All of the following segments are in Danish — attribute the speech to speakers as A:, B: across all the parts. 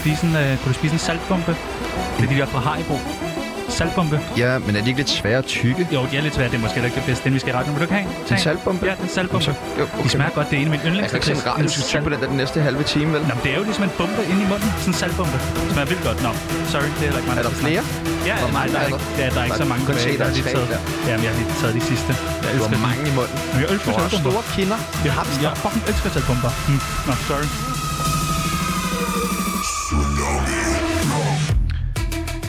A: spise en, øh, kunne du spise en saltbombe? Det er de der fra Haribo. Saltbombe.
B: Ja, men er de ikke lidt svære at tykke?
A: Jo, de er lidt svære. Det er måske heller ikke det bedste, den vi skal i radioen. Vil du ikke have en? Tag
B: En saltbombe?
A: Ja, det er en saltbombe.
B: Så, jo, okay. Altså,
A: De smager godt. Det er en af mine
B: Jeg
A: yndlings.
B: kan ikke sende radio, du skal tykke på den der den næste halve time, vel?
A: Nå, men det er jo ligesom en bombe inde i munden. Sådan en saltbombe. Det smager vildt godt. Nå, sorry. Det er heller ikke mig,
B: Er der
A: skal
B: flere?
A: snakke. Ja,
B: Hvor
A: nej,
B: mange
A: der er,
B: er
A: ikke,
B: der?
A: der, er, der er ikke
B: Der
A: så
B: er
A: mange
B: kun
A: tilbage.
B: tre, der
A: Der
B: er
A: er lige
B: tre
A: taget.
B: der.
A: Jamen, jeg har lige taget de sidste. Jeg
B: Du
A: elsker
B: har
A: dem.
B: mange i munden.
A: Men jeg elsker
B: Du har også
A: saltbomber.
B: store kinder.
A: Jeg har Jeg fucking elsker saltbomber. Hmm. Nå, sorry.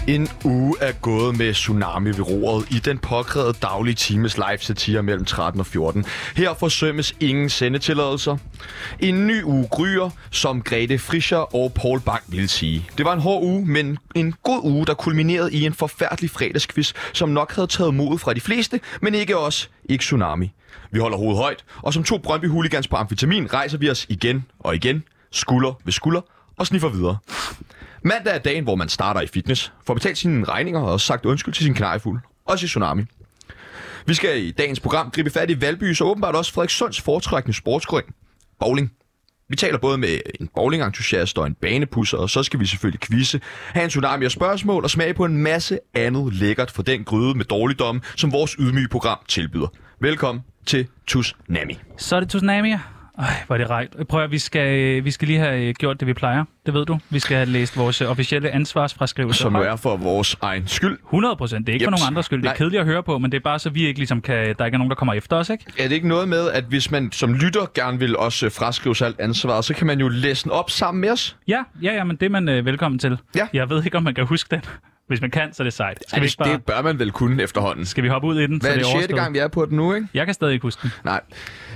B: En uge er gået med Tsunami ved roret i den påkrævede daglige times live satire mellem 13 og 14. Her forsømmes ingen sendetilladelser. En ny uge gryer, som Grete Frischer og Paul Bang ville sige. Det var en hård uge, men en god uge, der kulminerede i en forfærdelig fredagsquiz, som nok havde taget modet fra de fleste, men ikke os, ikke Tsunami. Vi holder hovedet højt, og som to Brøndby Hooligans på amfetamin rejser vi os igen og igen, skulder ved skulder, og sniffer videre. Mandag er dagen, hvor man starter i fitness, får betalt sine regninger og også sagt undskyld til sin knarefugl. Også i Tsunami. Vi skal i dagens program gribe fat i Valbys og åbenbart også Frederikssunds foretrækkende sportsgrøn, bowling. Vi taler både med en bowlingentusiast og en banepusser, og så skal vi selvfølgelig quizze, have en tsunami af spørgsmål og smage på en masse andet lækkert fra den gryde med dårligdomme, som vores ydmyge program tilbyder. Velkommen til Tsunami.
A: Så er det Tsunami. Ej, hvor er det rejt. Prøv at vi skal, vi skal lige have øh, gjort det, vi plejer. Det ved du. Vi skal have læst vores øh, officielle ansvarsfraskrivelse.
B: Som jo
A: højt.
B: er for vores egen skyld.
A: 100 procent. Det er ikke for
B: Jeps.
A: nogen andres skyld. Det er
B: Nej.
A: kedeligt at høre på, men det er bare så, vi ikke ligesom kan, der ikke er nogen, der kommer efter os, ikke?
B: Er det ikke noget med, at hvis man som lytter gerne vil også øh, fraskrive sig alt ansvaret, så kan man jo læse den op sammen med os?
A: Ja, ja, ja, men det er man øh, velkommen til.
B: Ja.
A: Jeg ved ikke, om man kan huske den. Hvis man kan, så er det sejt. Skal, vi,
B: det,
A: ikke bare,
B: det bør man vel kunne efterhånden.
A: skal vi hoppe ud i den,
B: Hvad
A: så
B: er
A: det
B: det
A: er
B: sjette
A: overstået?
B: gang, vi er på den nu, ikke?
A: Jeg kan stadig ikke huske den.
B: Nej.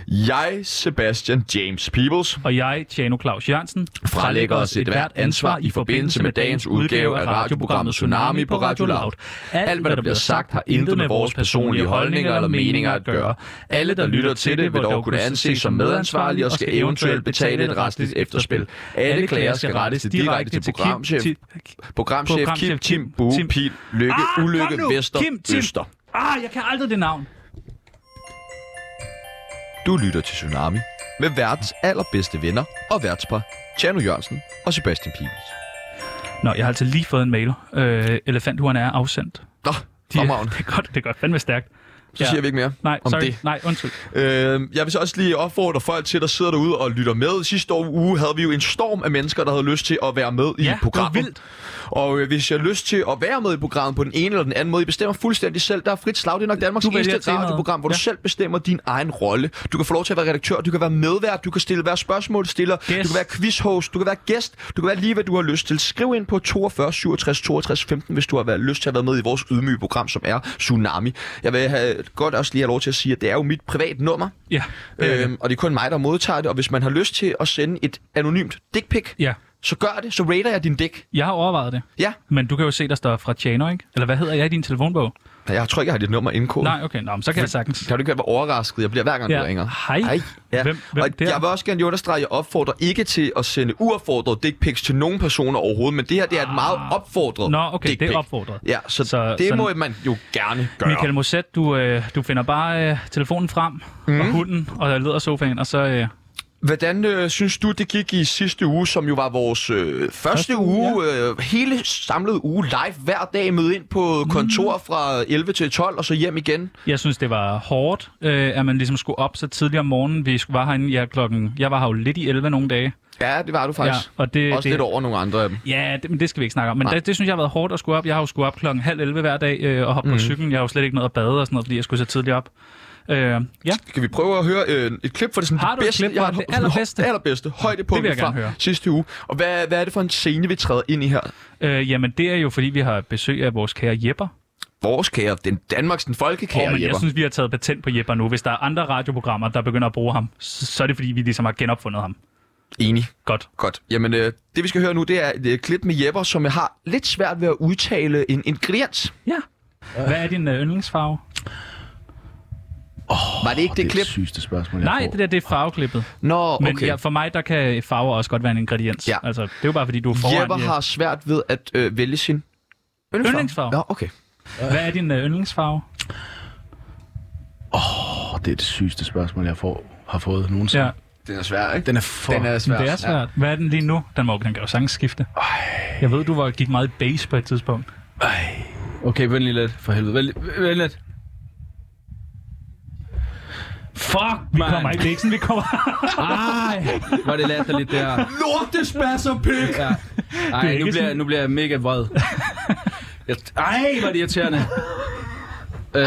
B: Jeg, Sebastian James Peebles,
A: Og jeg, Tjano Claus Jørgensen,
B: Frelægger os et hvert ansvar i forbindelse med dagens udgave af radioprogrammet Tsunami på Radio Loud. Alt, hvad der bliver sagt, har intet med vores personlige holdninger eller meninger at gøre. Alle, der lytter til det, vil dog kunne anses som medansvarlige og skal eventuelt betale et retsligt efterspil. Alle klager skal rettes til direkte til programchef, programchef Kim Tim Bue
A: Tim-
B: Pil Lykke
A: Ah, kom nu!
B: Ulykke Vester
A: Kim Tim!
B: Øster.
A: Ah, jeg kan aldrig det navn.
B: Du lytter til Tsunami med verdens allerbedste venner og værtspar, Tjerno Jørgensen og Sebastian Pibels.
A: Nå, jeg har altså lige fået en mail. Øh, elefanthuerne er afsendt.
B: Nå,
A: De, det
B: fremragende.
A: er godt, det er godt. Fandme stærkt.
B: Så siger vi ikke mere
A: Nej,
B: om
A: sorry.
B: det.
A: Nej, undskyld.
B: Øh, jeg vil så også lige opfordre folk til, der sidder derude og lytter med. Sidste år- uge havde vi jo en storm af mennesker, der havde lyst til at være med i
A: Ja,
B: programmet.
A: det var vildt.
B: Og øh, hvis jeg har lyst til at være med i programmet på den ene eller den anden måde, I bestemmer fuldstændig selv. Der er frit slag. Det er nok Danmarks
A: Du vælger
B: eneste
A: temaet.
B: radioprogram, hvor ja.
A: Ja.
B: du selv bestemmer din egen rolle. Du kan få lov til at være redaktør, du kan være medvært, du kan stille hver spørgsmål, stiller, du kan være quizhost, du kan være gæst, du kan være lige, hvad du har lyst til. Skriv ind på 42 67 62 15, hvis du har været lyst til at være med i vores ydmyge program, som er Tsunami. Jeg vil have, godt også lige have lov til at sige, at det er jo mit privat nummer.
A: Ja, Øh, det er det.
B: Øhm, og det er kun mig, der modtager det. Og hvis man har lyst til at sende et anonymt dick pic,
A: ja.
B: så gør det. Så rater jeg din dick.
A: Jeg har overvejet det.
B: Ja.
A: Men du kan jo se, der står fra Tjano, ikke? Eller hvad hedder jeg i din telefonbog?
B: Nej, Jeg tror ikke, jeg har dit nummer indkodet.
A: Nej, okay. Nå, men så kan jeg sagtens.
B: Kan du ikke høre, hvor overrasket jeg bliver hver gang, ja.
A: Ja.
B: du ringer?
A: Hej.
B: Ja.
A: Hvem- hvem
B: og
A: der?
B: jeg vil også gerne lige understrege, at jeg opfordrer ikke til at sende uopfordret dick pics til nogen personer overhovedet, men det her det er et meget opfordret
A: Ah. Nå, okay,
B: dick
A: det er
B: pic.
A: opfordret.
B: Ja, så,
A: Så
B: så det
A: sådan-
B: må man jo gerne gøre.
A: Michael Moset, du, øh, du finder bare øh, telefonen frem, mm.
B: Mhm.
A: og hunden, og leder sofaen, og så... Øh,
B: Hvordan øh, synes du, det gik i sidste uge, som jo var vores øh, første, første uge, uge øh, hele samlet uge live hver dag, møde ind
A: Mm.
B: på kontor fra 11 til 12 og så hjem igen?
A: Jeg synes, det var hårdt, øh, at man ligesom skulle op så tidligt om morgenen. Vi var herinde, ja, klokken, jeg var her jo lidt i 11 nogle dage.
B: Ja, det var du faktisk. Ja,
A: Ja, og det-
B: Også
A: det-
B: lidt over nogle andre af dem.
A: Ja, det, men det skal vi ikke snakke om. Men
B: Nej.
A: det, det, synes jeg har været hårdt at skulle op. Jeg har jo skulle op klokken halv 11 hver dag øh, og hoppe mm. på cyklen. Jeg har jo slet ikke noget at bade og sådan noget, fordi jeg skulle så tidligt op. Øh, ja,
B: Kan vi prøve at høre øh, et klip fra det, sådan
A: Har
B: det
A: du et
B: bedste?
A: klip fra det
B: ho-
A: allerbedste?
B: allerbedste
A: Det
B: højdepunkt
A: vil jeg
B: fra
A: gerne høre.
B: sidste uge. Og hvad, hvad er det for en scene, vi træder ind i her?
A: øh, jamen det er jo, fordi vi har besøg af vores kære Jepper.
B: Vores kære, den Danmarks den folkekære
A: Åh, men jeg
B: Jepper.
A: synes, vi har taget patent på Jepper nu. Hvis der er andre radioprogrammer, der begynder at bruge ham, så, så er det, fordi vi ligesom har genopfundet ham.
B: Enig.
A: Godt.
B: Godt. Jamen, øh, det vi skal høre nu, det er et øh, klip med Jepper, som jeg har lidt svært ved at udtale en ingrediens.
A: Ja. Hvad er din øh, yndlingsfarve?
B: Var det ikke det,
C: Det er
B: klip?
C: det sygeste spørgsmål, jeg
A: Nej,
C: får.
A: det der, det er farveklippet.
B: Nå, okay.
A: Men okay. ja, for mig, der kan farver også godt være en ingrediens.
B: Ja.
A: Altså, det er jo bare, fordi du er foran.
B: Jepper
A: i-
B: har svært ved at øh, vælge sin yndlingsfarve.
A: Yndlingsfarve.
B: Nå, okay.
A: Hvad er din øh, yndlingsfarve?
C: Åh, det er det sygeste spørgsmål, jeg får, har fået nogensinde.
A: Ja.
C: Ja. Den er svær, ikke?
D: Den er for...
C: Den er svær.
A: Det er svært. Hvad er den lige nu? Den, må, den kan jo sagtens skifte. Jeg ved, du var, gik meget i base på et tidspunkt.
D: Okay, vent lige lidt. For helvede. Vent, li- vent lidt. Fuck,
A: Vi kommer ikke, det er ikke sådan, vi kommer.
D: Ej, var det latterligt, det her.
C: Lortespasser, pik!
D: Ja.
A: Det er
D: Ej,
A: ikke
D: nu bliver,
A: sådan-
D: nu bliver jeg mega vred. Jeg, ej, hvor er det irriterende. Øh,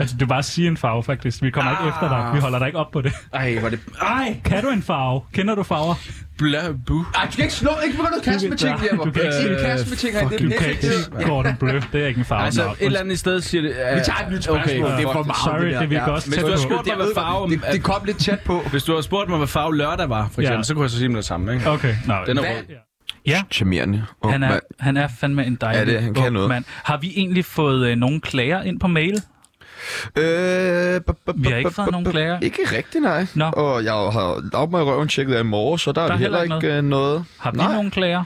A: altså, du bare sige en farve, faktisk. Vi kommer ikke efter dig. Vi holder dig ikke op på det.
D: ej, hvor er det... Ej,
A: Kan du en farve? Kender du farver?
D: bla, bu.
C: Ej, du kan ikke slå, ikke begynde at kaste med ting, Jammer.
A: Du kan ikke sige-
C: ikke kaste med ting,
D: Øh,
C: her. det
D: fuck,
A: Du
C: er
A: kan
C: det
A: ikke sige Gordon Bleu. Det er ikke en farve.
D: Altså,
A: Nå,
D: et eller andet sted siger det... Uh,
C: Vi tager et nyt spørgsmål.
D: Okay.
C: det er for meget.
A: Sorry,
C: der.
A: det vil jeg
C: Ja.
A: også
D: Hvis
A: tæt
D: du har
A: på.
D: spurgt mig, hvad farve...
C: Det, det kom lidt tæt på.
D: Hvis du har spurgt mig, hvad farve lørdag var, for
A: Ja.
D: eksempel, så kunne jeg så sige dem det samme, ikke?
A: Okay, nå.
D: Den er
C: Hvad?
D: rød.
B: Charmerende. Og
A: Han er,
B: hvad-
A: han er fandme en dejlig
B: Ja, det er- han kan
A: ung
B: noget.
A: Mand. Har vi egentlig fået øh, nogle klager ind på mail?
B: Øh, bu- bu-
A: Vi har
B: bu-
A: ikke
B: bu-
A: fået
B: bu-
A: nogen
B: bu-
A: klager.
B: Ikke rigtig, nej.
A: Nå.
B: Og jeg har lavet mig i røven tjekket af i morges, så der, er heller ikke noget. noget.
A: Har vi
B: nej,
A: nogen klager?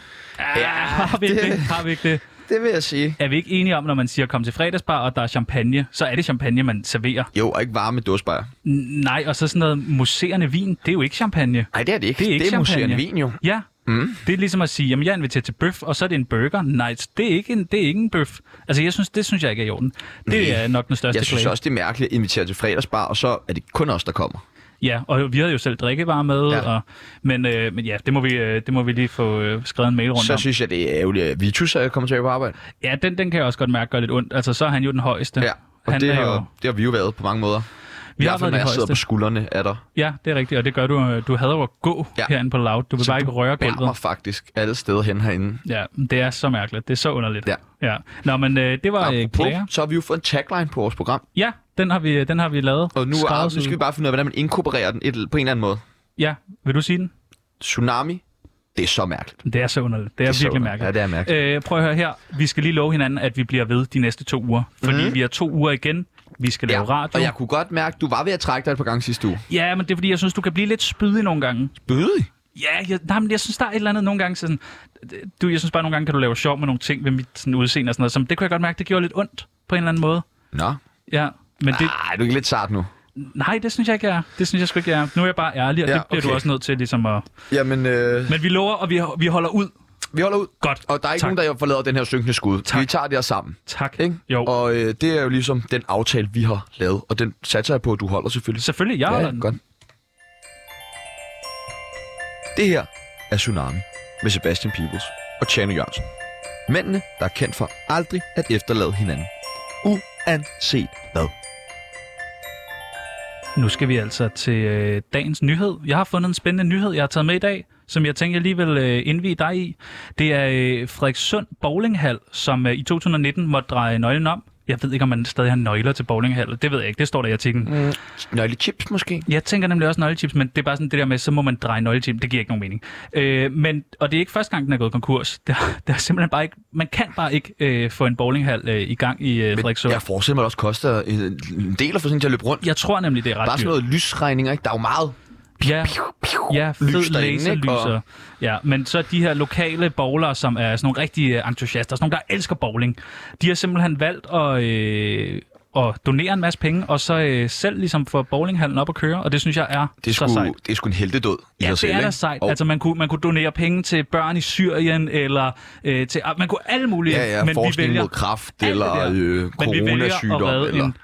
A: Ja, har vi ikke det? Har vi ikke det?
B: det vil jeg sige.
A: Er vi ikke enige om, når man siger, kom til fredagsbar, og der er champagne, så er det champagne, man serverer?
B: Jo, og ikke varme dåsbejer.
A: N- nej, og så sådan noget muserende vin, det er jo ikke champagne.
B: Nej, det er det ikke.
A: Det er ikke
B: det er
A: champagne.
B: museerne vin, jo.
A: Ja, mm. det er ligesom at sige, jamen jeg er inviteret til bøf, og så er det en burger. Nej, det er ikke en, det er ikke en bøf. Altså, jeg synes, det synes jeg ikke er i orden. Det
B: Nej.
A: er nok den største
B: Mm. Jeg synes
A: klage.
B: også, det er mærkeligt at invitere til fredagsbar, og så er det kun os, der kommer.
A: Ja, og vi havde jo selv drikkevarer med,
B: Ja.
A: ja. Og, men, øh, men ja, det må, vi, øh, det må vi lige få øh, skrevet en mail rundt
B: Så
A: om.
B: synes jeg, det er ærgerligt, at Vitus er kommet tilbage på arbejde.
A: Ja, den, den kan jeg også godt mærke gør lidt ondt. Altså, så er han jo den højeste.
B: Ja, og
A: han
B: det,
A: er
B: har,
A: jo,
B: det har vi jo været på mange måder.
A: vi
B: I
A: har været
B: hvert fald, når
A: de
B: jeg sidder
A: højeste.
B: på skuldrene af dig.
A: Ja, det er rigtigt, og det gør du. øh, Du hader jo at gå
B: Ja.
A: ja. herinde på laut. Du vil
B: Så
A: bare
B: du
A: ikke røre
B: Bærer
A: gulvet.
B: mig faktisk alle steder hen herinde.
A: Ja, det er så mærkeligt. Det er så underligt.
B: Ja.
A: ja. Nå, men øh, det var øh, klager.
B: Apropos, så har vi jo fået en tagline på vores program,
A: Ja, den har vi, øh, den har vi lavet.
B: og nu, er, nu
A: Skræddersyet.
B: skal vi bare finde ud af, hvordan man inkorporerer den et, på en eller anden måde.
A: Ja, vil du sige den?
B: Tsunami, det er så mærkeligt.
A: Det er så underligt. Det er,
B: Det er så
A: virkelig
B: underligt.
A: mærkeligt.
B: Ja, det er mærkeligt.
A: Øh, prøv at høre her. Vi skal lige love hinanden, at vi bliver ved de næste to uger. Fordi mm. vi har to uger igen. Vi skal lave radio.
B: Mhm. og jeg kunne godt mærke, du var ved at trække dig et par gange sidste uge.
A: Ja, men det er fordi, jeg synes, du kan blive lidt spydig nogle gange.
B: Bødig?
A: Ja, jeg, nej, men jeg synes, der er et eller andet nogle gange sådan... Du, jeg synes bare, nogle gange kan du lave sjov med nogle ting ved mit sådan, udseende og sådan noget. Som, det kunne jeg godt mærke, det gjorde lidt ondt på en eller anden måde.
B: Nå.
A: Ja, men det,
B: Nej, du er lidt sart nu.
A: nej, det synes jeg ikke, jeg er. Det synes jeg sgu ikke, jeg er. Nu er jeg bare ærlig, og
B: Ah. Ja,
A: ja, det bliver
B: okay.
A: du også nødt til ligesom at...
B: Jamen, øh,
A: Men vi lover, og vi, vi holder ud.
B: vi holder ud.
A: Godt.
B: Og der er ikke
A: tak.
B: tak. nogen, der forlader den her synkende skud. Tak. Vi tager det her sammen.
A: Tak.
B: Ikke?
A: Jo. Og...
B: Og øh, det er jo ligesom den aftale, vi har lavet. Og den satser jeg på, at du holder selvfølgelig.
A: Selvfølgelig, jeg holder den.
B: godt. Det her er Tsunami med Sebastian Peebles og Tjano Jørgensen. Mændene, der er kendt for aldrig at efterlade hinanden. Uanset hvad.
A: Nu skal vi altså til øh, dagens nyhed. Jeg har fundet en spændende nyhed, jeg har taget med i dag, som jeg tænker, jeg lige vil øh, indvige dig i. Det er øh, Frederikssund Bowlinghal, som øh, i 2019 måtte dreje nøglen om. Jeg ved ikke, om man stadig har nøgler til bowlinghallen. Det ved jeg ikke. Det står der i artiklen. Mm.
B: Nøgle chips måske?
A: Jeg tænker nemlig også nøglechips, men det er bare sådan det der med, så må man dreje nøglechips. Det giver ikke nogen mening. Øh, men, og det er ikke første gang, den er gået konkurs. Der, der er simpelthen bare ikke, man kan bare ikke øh, få en bowlinghal øh, i gang i øh, Frederikssund.
B: Jeg forestiller mig, det også koster en, en del at få sådan til at løbe rundt.
A: Jeg tror nemlig, det er ret
B: Bare sådan
A: dyrt.
B: noget lysregninger, ikke? Der er jo meget
A: Ja, ja
B: lys
A: fed
B: derinde, ikke?
A: laserlyser.
B: Og-
A: Og... Ja, men så de her lokale bowlere, som er sådan nogle rigtige øh, entusiaster, sådan nogle, der elsker bowling, de har simpelthen valgt at, øh, at donere en masse penge, og så øh, selv ligesom få bowlinghallen op at køre, og det synes jeg er
B: Det er,
A: så
B: sgu,
A: sejt.
B: det er sgu en heltedød i
A: Ja,
B: sig selv,
A: det er da
B: ikke?
A: sejt.
B: Og
A: Altså, man kunne, man kunne donere penge til børn i Syrien, eller øh, til... Man kunne alle mulige...
B: ja, ja,
A: men vi
B: forskning
A: vælger,
B: mod kræft
A: alt
B: eller
A: det der.
B: øh,
A: men vi vælger at
B: coronasygdom.
A: redde
B: Eller...
A: en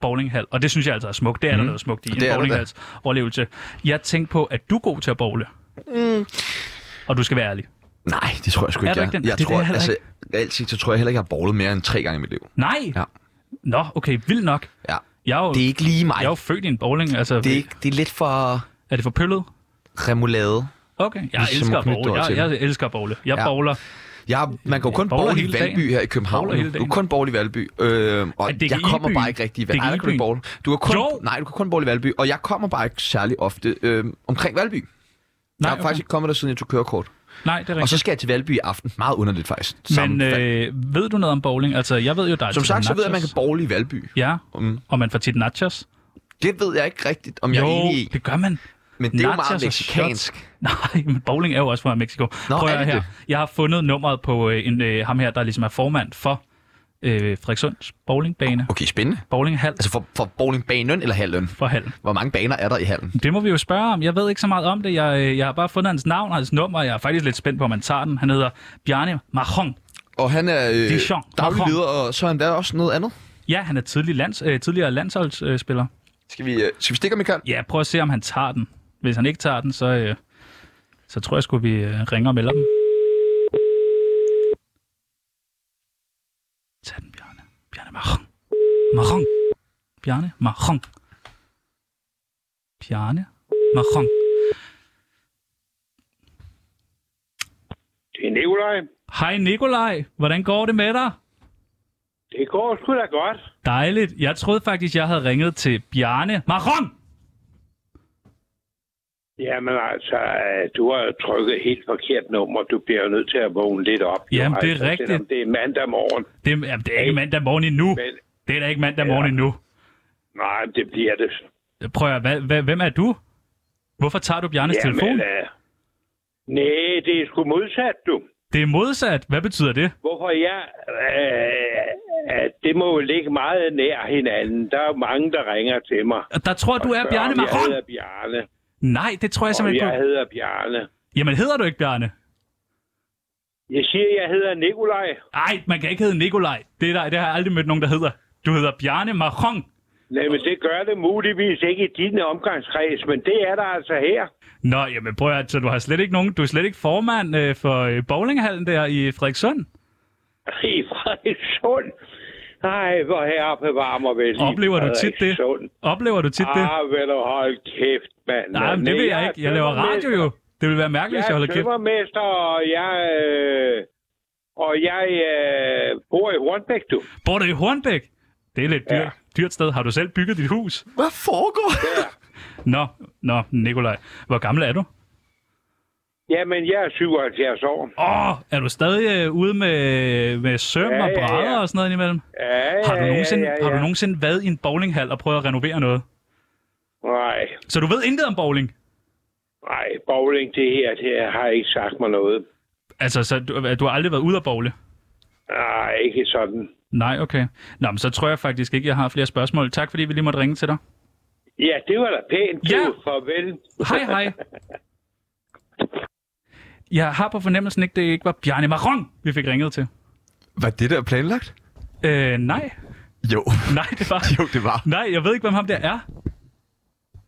A: bowlinghal, og det synes jeg altså er smukt. Det er mm. der noget smukt i,
B: det er
A: en
B: der
A: bowlinghals overlevelse. Jeg tænkte på, at du er god til at bowle. Mm. Og du skal være ærlig.
B: Nej, det tror jeg sgu
A: Er
B: ikke,
A: du
B: jeg
A: ikke den?
B: Jeg
A: Det er
B: tror,
A: det heller
B: altså, altid, så tror jeg heller ikke, jeg har bowlet mere end tre gange i mit liv.
A: Nej!
B: Ja.
A: Nå, okay, vildt nok.
B: Ja.
A: Jeg er jo,
B: Det er ikke lige mig.
A: jeg er jo født i en bowling. Altså,
B: Det er, ikke, det er lidt for
A: er det for pøllet?
B: remoulade.
A: Okay, jeg
B: Ligesom
A: elsker
B: at
A: at
B: knytte
A: bowle.
B: dig til
A: Jeg, jeg elsker at bowle. Jeg
B: Ja.
A: ja. bowler.
B: Jeg, man kan jo kun
A: Jeg bowler
B: bowle i
A: hele
B: Valby
A: dagen.
B: her i København.
A: Bowler hele
B: nu. Du
A: dagen.
B: kan kun bowle i Valby. Øh, og
A: Ej, det er
B: jeg
A: ikke i
B: kommer
A: byen.
B: bare ikke rigtig i
A: Det er
B: Valby.
A: ikke
B: Ej, der
A: i
B: kan du ikke
A: byen.
B: bowle. Du kan kun,
A: Jo!
B: nej, du kan kun bowle i Valby. Og jeg kommer bare ikke særlig ofte øh, omkring Valby. Nej, jeg har
A: okay.
B: faktisk ikke kommet der, siden jeg tog kørekort.
A: Nej, det er rigtigt.
B: Og så skal jeg til Valby i aften. Meget underligt faktisk.
A: Men
B: Samme fald.
A: øh, ved du noget om bowling? Altså, jeg ved jo, der er
B: Som
A: tit
B: sagt, så ved jeg, at man
A: nachos.
B: kan bowle i Valby.
A: Ja,
B: Mm.
A: og man får tit nachos.
B: Det ved jeg ikke rigtigt, om jeg er enig i.
A: det gør man.
B: Men det er jo
A: Nachos
B: meget
A: og
B: meksikansk.
A: shots. Nej, men bowling er jo også fra Mexico. Prøv
B: Nå, er
A: at høre
B: det
A: her.
B: det?
A: Jeg har fundet nummeret på øh, en, øh, ham her, der ligesom er formand for øh, Frederikssunds bowlingbane,
B: Okay, spændende.
A: bowlinghal
B: Altså for, for bowlingbanen eller hallen?
A: for hallen.
B: Hvor mange baner er der i hallen?
A: Det må vi jo spørge om. Jeg ved ikke så meget om det. Jeg, øh, jeg har bare fundet hans navn og hans nummer. Jeg er faktisk lidt spændt på, om man tager den. Han hedder Bjarne Mahon.
B: Og han er øh,
A: Dijon.
B: daglig
A: Macron.
B: leder, og så er han der også noget andet.
A: Ja, han er tidlig lands, øh, tidligere landsholdsspiller.
B: Skal vi, øh, skal vi stikke, Michael?
A: Ja, prøv at se, om han tager den. Hvis han ikke tager den, så, øh, så tror jeg, skulle vi øh, ringer og melder dem. Tag den, Bjarne. Bjarne Marron. Marron. Bjarne Marron. Bjarne Marron.
E: Det er Nikolaj.
A: Hej Nikolaj, hvordan går det med dig?
E: Det går sgu da godt.
A: Dejligt. Jeg troede faktisk, jeg havde ringet til Bjarne Marron.
E: Jamen altså, øh, du har jo trykket helt forkert nummer. Du bliver jo nødt til at vågne lidt op. jo,
A: Jamen, det er
E: altså,
A: rigtigt.
E: Selvom det er mandag morgen.
A: Det, er- jamen, det er ikke mandag morgen endnu.
E: Men
A: Det er da ikke mandag morgen
E: Ja.
A: endnu.
E: nej, det bliver det.
A: Prøv at, hvad, hvad, hvem er du? Hvorfor tager du Bjarnes telefon?
E: øh, nej, det er sgu modsat, du.
A: Det er modsat. Hvad betyder det?
E: Hvorfor jeg... Øh, at det må jo ligge meget nær hinanden. Der er jo mange, der ringer til mig.
A: Og Der tror du er
E: Spørger,
A: Bjarne
E: om Jeg
A: Marron.
E: hedder Bjarne.
A: Nej, det tror jeg
E: Og
A: simpelthen
E: jeg
A: ikke. på.
E: hedder Bjarne.
A: Jamen hedder du ikke Bjarne?
E: Jeg siger, jeg hedder Nikolaj.
A: Nej, man kan ikke hedde Nikolaj. Det, er der, det har jeg aldrig mødt nogen, der hedder. Du hedder Bjarne Marron.
E: Nej, men det gør det muligvis ikke i din omgangskreds, men det er der altså her.
A: Nå, jamen prøv at, så du har slet ikke nogen, du er slet ikke formand øh, for øh, bowlinghallen der i Frederikssund.
E: I Frederikssund. Nej, hvor herre bevarer mig vel. i
A: Oplever du tit det?
E: Frederikssund.
A: Oplever du tit det?
E: Ah, vel du hold kæft, mand.
A: Nej, men det vil jeg ikke. Jeg laver radio jo. Det ville være mærkeligt,
E: Jeg
A: hvis jeg
E: er
A: holder kæft.
E: tømmermester, og jeg, øh, og jeg øh, bor i Hornbæk, du.
A: Bor du i Hornbæk? Det er lidt dyrt,
E: Ja.
A: dyrt sted. Har du selv bygget dit hus?
B: Hvad foregår?
A: Nå, nå, Nikolaj. Hvor gammel er du?
E: Jamen, jeg er 77 år.
A: Åh, oh, er du stadig øh, ude med, med søm
E: Ja,
A: og
E: ja, ja.
A: brædder og sådan noget indimellem?
E: Ja,
A: Har du,
E: ja,
A: nogensinde,
E: ja, ja, ja.
A: har du nogensinde været i en bowlinghal og prøvet at renovere noget?
E: Nej,
A: Så du ved intet om bowling?
E: nej, bowling, det her, det har ikke sagt mig noget.
A: Altså, så du, du har aldrig været ude at bowle?
E: Nej, ikke sådan.
A: Nej, okay. Nå, men så tror jeg faktisk ikke, jeg har flere spørgsmål. Tak, fordi vi lige måtte ringe til dig.
E: Ja, det var da pænt.
A: Ja.
E: Du, farvel.
A: Hej, hej. Jeg har på fornemmelsen ikke, det ikke var Bjarne Marron, vi fik ringet til.
B: Var det der planlagt?
A: Øh, nej.
B: Jo,
A: Nej, det var...
B: jo det var.
A: Nej, jeg ved ikke, hvem ham der er.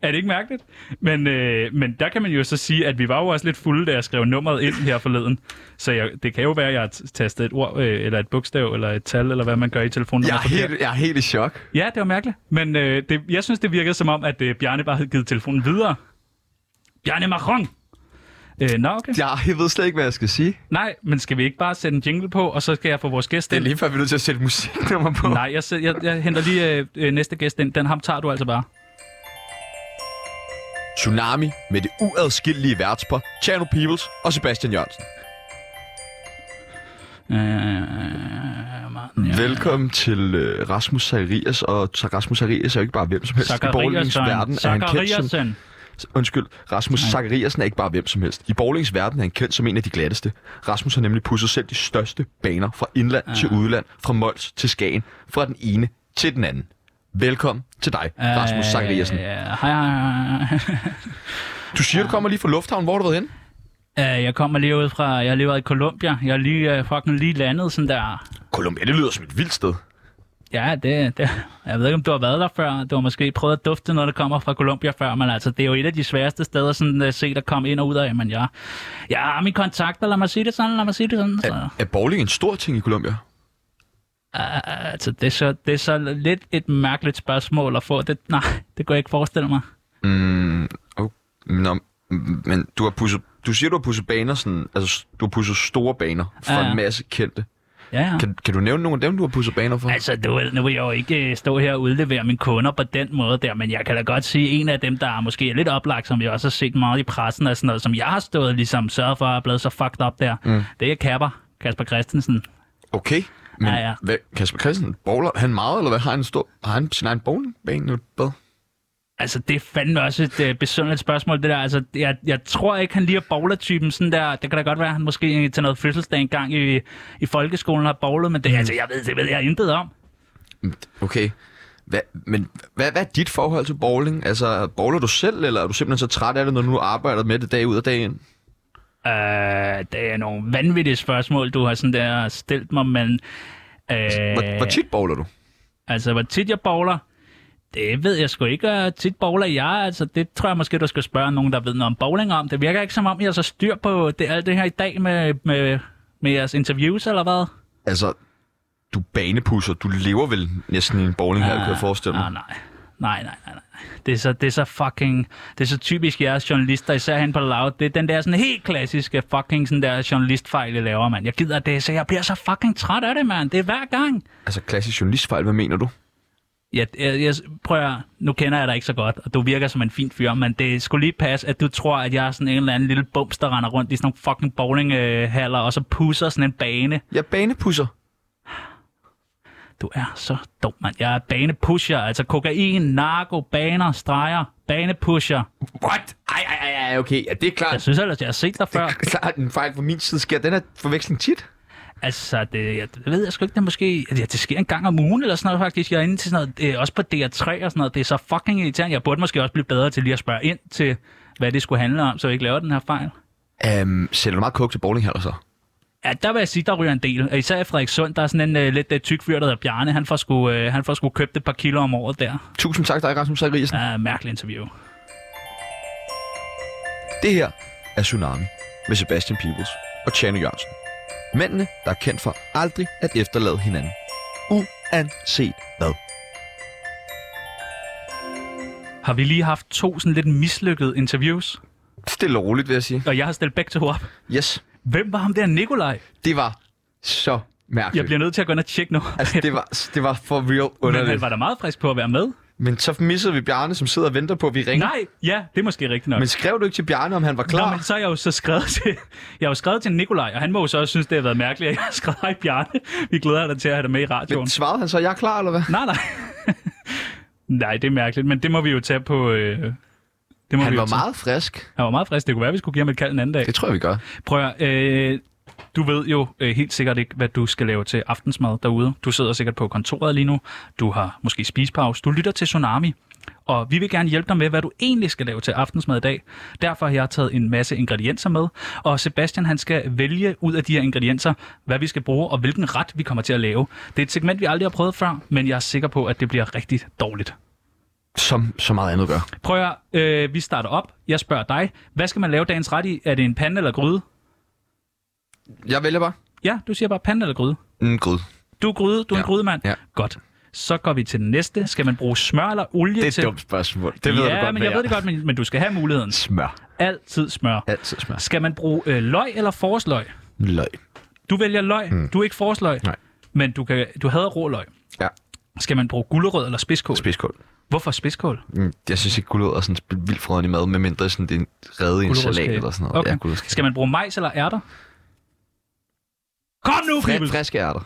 A: Er det ikke mærkeligt? Men, øh, men der kan man jo så sige, at vi var jo også lidt fulde, da jeg skrev nummeret ind her forleden. Så jeg, det kan jo være, at jeg har t- tastet et ord, øh, eller et bogstav, eller et tal, eller hvad man gør i telefonnummer.
B: Jeg er
A: forkert.
B: helt, jeg er helt i chok.
A: Ja, det var mærkeligt. Men øh, det, jeg synes, det virkede som om, at øh, Bjarne bare havde givet telefonen videre. Bjarne Macron! Øh, nå, okay.
B: Jeg, jeg ved slet ikke, hvad jeg skal sige.
A: Nej, men skal vi ikke bare sætte en jingle på, og så skal jeg få vores gæst
B: Det er
A: ind?
B: lige før, vi er nødt til at sætte musiknummer på.
A: Nej, jeg, sæt- jeg, jeg henter lige øh, øh, næste gæst ind. Den ham tager du altså bare.
B: Tsunami med det uadskillelige værtspar, Chano Peoples og Sebastian Jørgensen.
A: Øh, Martin, ja.
B: Velkommen til øh, Rasmus Zacharias, og så Rasmus Zacharias er jo ikke bare hvem som helst. I bowlingens verden er han kendt som...
A: Zachariasen.
B: Undskyld, Rasmus Zachariasen er ikke bare hvem som helst. I bowlingens verden er han kendt som en af de glatteste. Rasmus har nemlig pudset selv de største baner fra indland til udland, fra Mols til Skagen, fra den ene til den anden. Velkommen til dig, Rasmus Zachariasen.
A: Øh, Hej, hej, hej.
B: Du siger, du kommer lige fra Lufthavn. Hvor har du været henne?
A: Øh, Jeg kommer lige ud fra... Jeg lever i Colombia. Jeg er lige øh, fucking lige landet sådan der...
B: Columbia, det lyder som et vildt sted.
A: Ja, det, det, jeg ved ikke, om du har været der før. Du har måske prøvet at dufte, når det kommer fra Colombia før, men altså, det er jo et af de sværeste steder sådan, at se, der komme ind og ud af. Men jeg, jeg har mine kontakter, lad mig sige det sådan, lad mig sige det sådan. Så.
B: Er, er bowling en stor ting i Colombia?
A: Altså, det er, så, det er så lidt et mærkeligt spørgsmål at få. Det, nej, det kunne jeg ikke forestille mig.
B: Mm, oh, nå, mm, men du har pusset, du siger, du har pusset baner sådan, altså du har pusset store baner
A: Ja,
B: for ja,
A: ja.
B: ja. en masse kendte.
A: Ja, ja.
B: Kan, kan du nævne nogle af dem, du har pusset baner for?
A: Altså, du ved, nu vil jeg jo ikke øh, stå her og udlevere mine kunder på den måde der, men jeg kan da godt sige, en af dem, der er måske lidt oplagt, som jeg også har set meget i pressen og sådan noget, som jeg har stået ligesom sørget for at er blevet så fucked op der, mm. det er Kapper, Kasper Christensen.
B: Okay, men
A: Ja,
B: ja,
A: ja.
B: ja. Hvad, Kasper Christensen, bowler han meget, eller hvad? Har han, en stor, har han sin egen bowlingbane nu? Hvad?
A: Altså, det er fandme også et øh, besynderligt spørgsmål, det der. Altså, jeg, jeg tror ikke, han lige er bowler-typen sådan der. Det kan da godt være, at han måske til noget fødselsdag engang i, i folkeskolen har bowlet, men det, altså, jeg ved, det ved jeg intet om.
B: Okay. Hva, men hvad, hvad er dit forhold til bowling? Altså, bowler du selv, eller er du simpelthen så træt af det, når du nu arbejder med det dag ud og dag ind?
A: Øh, det er nogle vanvittige spørgsmål, du har sådan der stillet mig, men... Øh,
B: Hvor, hvor tit bowler du?
A: Altså, hvor tit jeg bowler, det ved jeg sgu ikke. Hvor tit bowler jeg, altså, det tror jeg måske, du skal spørge nogen, der ved noget om bowling om. Det virker ikke som om, jeg er så styr på det, alt det her i dag med, med, med jeres interviews, eller hvad?
B: Altså, du banepusser. Du lever vel næsten i en bowlinghal, kan jeg forestille mig.
A: Ah, nej. Nej, nej, nej, nej. Det er, så, det er så fucking... Det er så typisk jeres journalister, især hen på Loud. Det er den der sådan helt klassiske fucking sådan der journalistfejl, I laver, mand. Jeg gider det, så jeg bliver så fucking træt af det, mand. Det er hver gang.
B: Altså, klassisk journalistfejl, hvad mener du?
A: Jeg, jeg, jeg prøver, nu kender jeg dig ikke så godt, og du virker som en fin fyr, men det skulle lige passe, at du tror, at jeg er sådan en eller anden lille bums, der render rundt i sådan nogle fucking bowlinghaller, og så pusser sådan en bane.
B: Jeg banepusser.
A: Du er så dum, mand. Jeg er banepusher, altså kokain, narko, baner, streger, banepusher.
B: What? Ej, ej, ej, ej, okay. Ja, det er
A: Jeg
B: klart.
A: synes ellers, jeg har set dig før.
B: Klart en fejl fra min side sker. Den her forveksling tit.
A: Altså, det, jeg, det ved jeg sgu ikke, det er måske... Ja, det sker en gang om ugen eller sådan noget, faktisk. Jeg er inde til sådan noget, øh, også på DR3 og sådan noget. Det er så fucking irriterende. Jeg burde måske også blive bedre til lige at spørge ind til, hvad det skulle handle om, så jeg ikke laver den her fejl.
B: Um, sælger du meget coke til bowlinghaller så?
A: Ja, der vil jeg sige, der ryger en del. Især i Frederikssund, der er sådan en øh, lidt øh, tyk fyr, der hedder Bjarne. Han får, sgu, øh, han får sgu købt et par kilo om året der.
B: Tusind tak dig, Rasmus Sagerisen. Ja.
A: Ja, mærkeligt interview.
B: Det her er Tsunami med Sebastian Peebles og Tjano Jørgensen. Mændene, der er kendt for aldrig at efterlade hinanden. Uanset hvad.
A: Har vi lige haft to sådan lidt mislykkede interviews,
B: Stille og roligt, vil jeg sige.
A: og jeg har stillet begge to op.
B: Yes,
A: Hvem var ham der Nikolaj?
B: det var så mærkeligt.
A: Jeg bliver nødt til at gå ind og tjekke nu.
B: Altså, det var, det var for real
A: Men han
B: underligt.
A: var da meget frisk på at være med.
B: Men så missede vi Bjarne, som sidder og venter på, at vi ringer.
A: Nej, ja, det er måske rigtigt nok.
B: Men skrev du ikke til Bjarne, om han var
A: Nå,
B: klar?
A: men så har jeg jo så skrevet til, jeg har jo skrevet til Nikolaj, og han må jo så også synes, det har været mærkeligt, at jeg har skrevet, hej Bjarne, vi glæder dig til at have dig med i radioen.
B: men svarede han så, jeg er klar, eller hvad?
A: Nej, nej. nej, det er mærkeligt, men det må vi jo tage på... Øh, det må vi
B: Han
A: jo
B: var
A: tage-
B: meget frisk.
A: Han var meget frisk. Det kunne være, vi skulle give ham et kald en anden dag.
B: Det tror jeg, vi gør.
A: Prøv at, høre, øh, du ved jo øh, helt sikkert ikke, hvad du skal lave til aftensmad derude. Du sidder sikkert på kontoret lige nu. Du har måske spisepause. Du lytter til Tsunami. Og vi vil gerne hjælpe dig med, hvad du egentlig skal lave til aftensmad i dag. Derfor har jeg taget en masse ingredienser med. Og Sebastian han skal vælge ud af de her ingredienser, hvad vi skal bruge og hvilken ret vi kommer til at lave. Det er et segment, vi aldrig har prøvet før, men jeg er sikker på, at det bliver rigtig dårligt.
B: Som så meget andet gør.
A: Prøv at høre, øh, vi starter op. Jeg spørger dig, hvad skal man lave dagens ret i? Er det en pande eller gryde?
B: Jeg vælger bare
A: Ja, du siger bare pande eller gryde.
B: en gryde.
A: Du er gryde, du er ja. en grydemand.
B: Ja.
A: Godt. Så går vi til den næste. Skal man bruge smør eller olie
B: Det er
A: til...
B: et dumt spørgsmål. Det ved
A: ja,
B: du godt,
A: men
B: hvad
A: jeg ved det godt, men, men du skal have muligheden.
B: er. Smør.
A: Altid smør.
B: Altid smør.
A: Skal man bruge øh, løg eller forårsløg?
B: Løg.
A: Du vælger løg. Mm. Du er ikke forårsløg.
B: Hmm. Nej.
A: Men du, kan, du hader rå løg.
B: Ja.
A: Skal man bruge gulerød eller spidskål?
B: Spidskål.
A: Hvorfor spidskål?
B: Mm, Jeg synes ikke, gulerødder er sådan sp- vildt frødende mad, medmindre sådan, det er en redde i en salat eller sådan noget.
A: Okay.
B: Ja,
A: Ja,
B: gulerødskage.
A: skal man bruge majs eller ærter? Kom nu, Fri,
B: Fri- Friske ærter.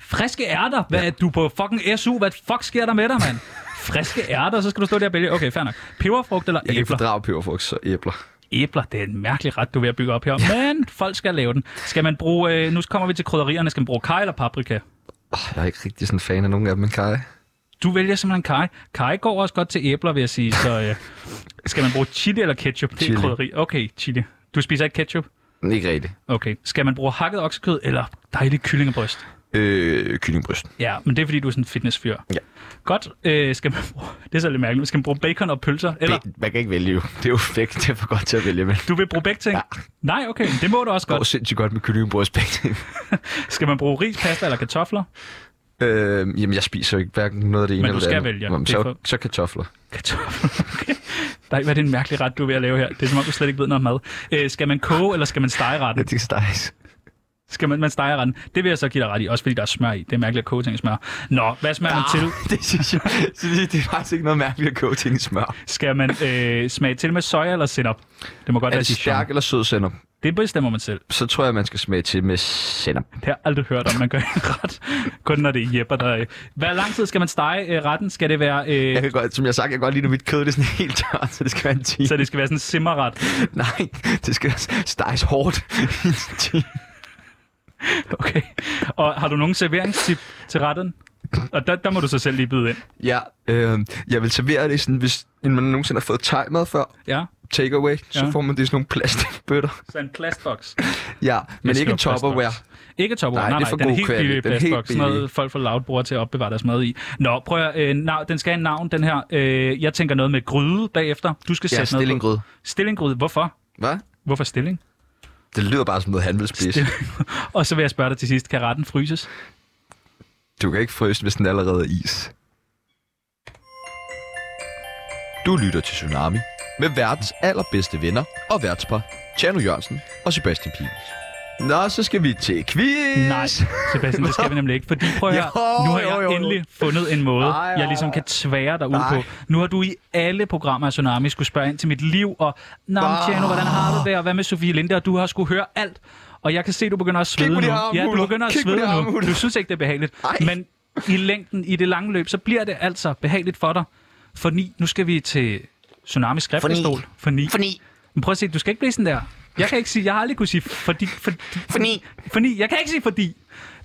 A: Friske ærter? Hvad er du på fucking SU? Hvad fuck sker der med dig, mand? Friske ærter, så skal du stå der og vælge. Okay, fair nok. Peberfrugt eller
B: Jeg kan ikke
A: æbler?
B: fordrage peberfrugt så æbler.
A: æbler, det er en mærkelig ret, du er ved at bygge op her. Men folk skal lave den. Skal man bruge, øh, nu kommer vi til krydderierne, skal man bruge kaj eller paprika?
B: Oh, jeg er ikke rigtig sådan en fan af nogen af dem, men Kai.
A: Du vælger simpelthen kaj. Kaj går også godt til æbler, vil jeg sige. Så øh, skal man bruge chili eller ketchup? Det er
B: Chili.
A: krydderi. Okay, chili. Du spiser ikke ketchup?
B: Ikke rigtigt.
A: Okay. Skal man bruge hakket oksekød eller dejlig kyllingebryst?
B: Øh, kyllingbrøst.
A: Ja, men det er fordi, du er sådan en fitnessfyr.
B: Ja.
A: Godt. Øh, skal man bruge, det er så lidt mærkeligt. Skal man bruge bacon og pølser? Eller
B: Det, man kan ikke vælge jo. Det er jo fæk, det er for godt til at vælge, men det
A: du vil bruge begge ting?
B: Ja.
A: Nej, okay. Det må du også
B: går
A: godt.
B: sindssygt godt med kyllingebrødspæk.
A: Skal man bruge ris, pasta eller kartofler?
B: øh, jamen, jeg spiser jo ikke hverken noget af det ene
A: Men
B: eller
A: du
B: det
A: skal
B: andet.
A: vælge.
B: Jamen,
A: Det er
B: så,
A: for-
B: så kartofler.
A: Kartofler. Okay. Nej, hvad er det en mærkelig ret, du er ved at lave her? Det er som om, du slet ikke ved noget om mad. Øh, skal man koge, eller skal man stege retten?
B: det er stejs.
A: Skal man, man stege retten? Det vil jeg så give dig ret i, også fordi der er smør i. Det er mærkeligt at koge ting i smør. Nå, hvad smager man til?
B: det synes jeg, synes jeg, det er faktisk ikke noget mærkeligt at koge ting i smør.
A: Skal man øh, smage til med soja eller senap? Det må godt
B: Er
A: være
B: det
A: Dijon.
B: stærk eller sød sender?
A: Det bestemmer man selv.
F: Så tror jeg, man skal smage til med sennep.
A: Det har jeg aldrig hørt om, man gør i en ret. Kun når det er Jepper, der... øh. Hvor lang tid skal man stege øh, retten? Skal det være...
F: Jeg
A: Øh,
F: kan godt, som jeg har sagt, jeg kan godt lide, når mit kød det er sådan helt tørt, så det skal være en time.
A: så det skal være sådan en simmerret.
F: Nej, det skal steges hårdt. i en time.
A: Okay. Og har du nogen serveringstip til retten? Og der, der må du så selv lige byde ind.
F: ja, øh, jeg vil servere det sådan, hvis man nogensinde har fået tegmad før,
A: Ja,
F: takeaway, så
A: Ja.
F: får man det i sådan nogle plastikbøtter.
A: så en plastbox.
F: Ja, men
A: skal
F: ikke
A: jo
F: en topperware.
A: Ikke Tupperware, nej,
F: Nej, det
A: nej,
F: er for
A: den er
F: god
A: helt
F: kvalitet.
A: billig
F: Den er helt
A: plastbox, sådan noget
F: billig.
A: folk fra Loud bruger til at opbevare deres mad i. Nå, prøv at, øh, nav, den skal have en navn, den her. Øh, jeg tænker noget med gryde bagefter. Du skal
F: Ja,
A: sætte noget på.
F: stillingrød.
A: Stillinggryde, hvorfor?
F: Hvad?
A: Hvorfor stilling?
F: Det lyder bare som noget, han vil spise.
A: Og så vil jeg spørge dig til sidst, kan retten fryses?
F: Du kan ikke fryse, hvis den allerede er is. Du lytter til Tsunami med verdens allerbedste venner og værtspar, Tjerno Jørgensen og Sebastian Pines. Nå, så skal vi til quiz.
A: Nej, Sebastian, det skal vi nemlig ikke. Fordi prøv at høre,
F: Jo,
A: nu har
F: jo,
A: jeg
F: jo, jo.
A: endelig fundet en måde,
F: Ej,
A: jeg
F: ej,
A: ligesom kan tvære dig ud
F: Nej.
A: på. Nu har du i alle programmer af Tsunami skulle spørge ind til mit liv, og Nå, men
F: Ah.
A: Tjano, hvordan har du det, og hvad med Sofie Linde, og du har skulle høre alt. Og jeg kan se, du begynder at svede
F: Kig på de
A: nu. Ja, du
F: armhuler.
A: begynder at
F: Kig på de
A: svede nu.
F: armhuler.
A: Du synes ikke, det er behageligt.
F: Ej.
A: Men i længden, i det lange løb, så bliver det altså behageligt for dig. For ni, nu skal vi til Tsunami skriftestol. For ni. For ni. Men prøv at se, du skal ikke blive sådan der. Jeg kan ikke sige, jeg har aldrig kunne sige fordi, fordi,
G: Fordi
A: fordi, jeg kan ikke sige fordi.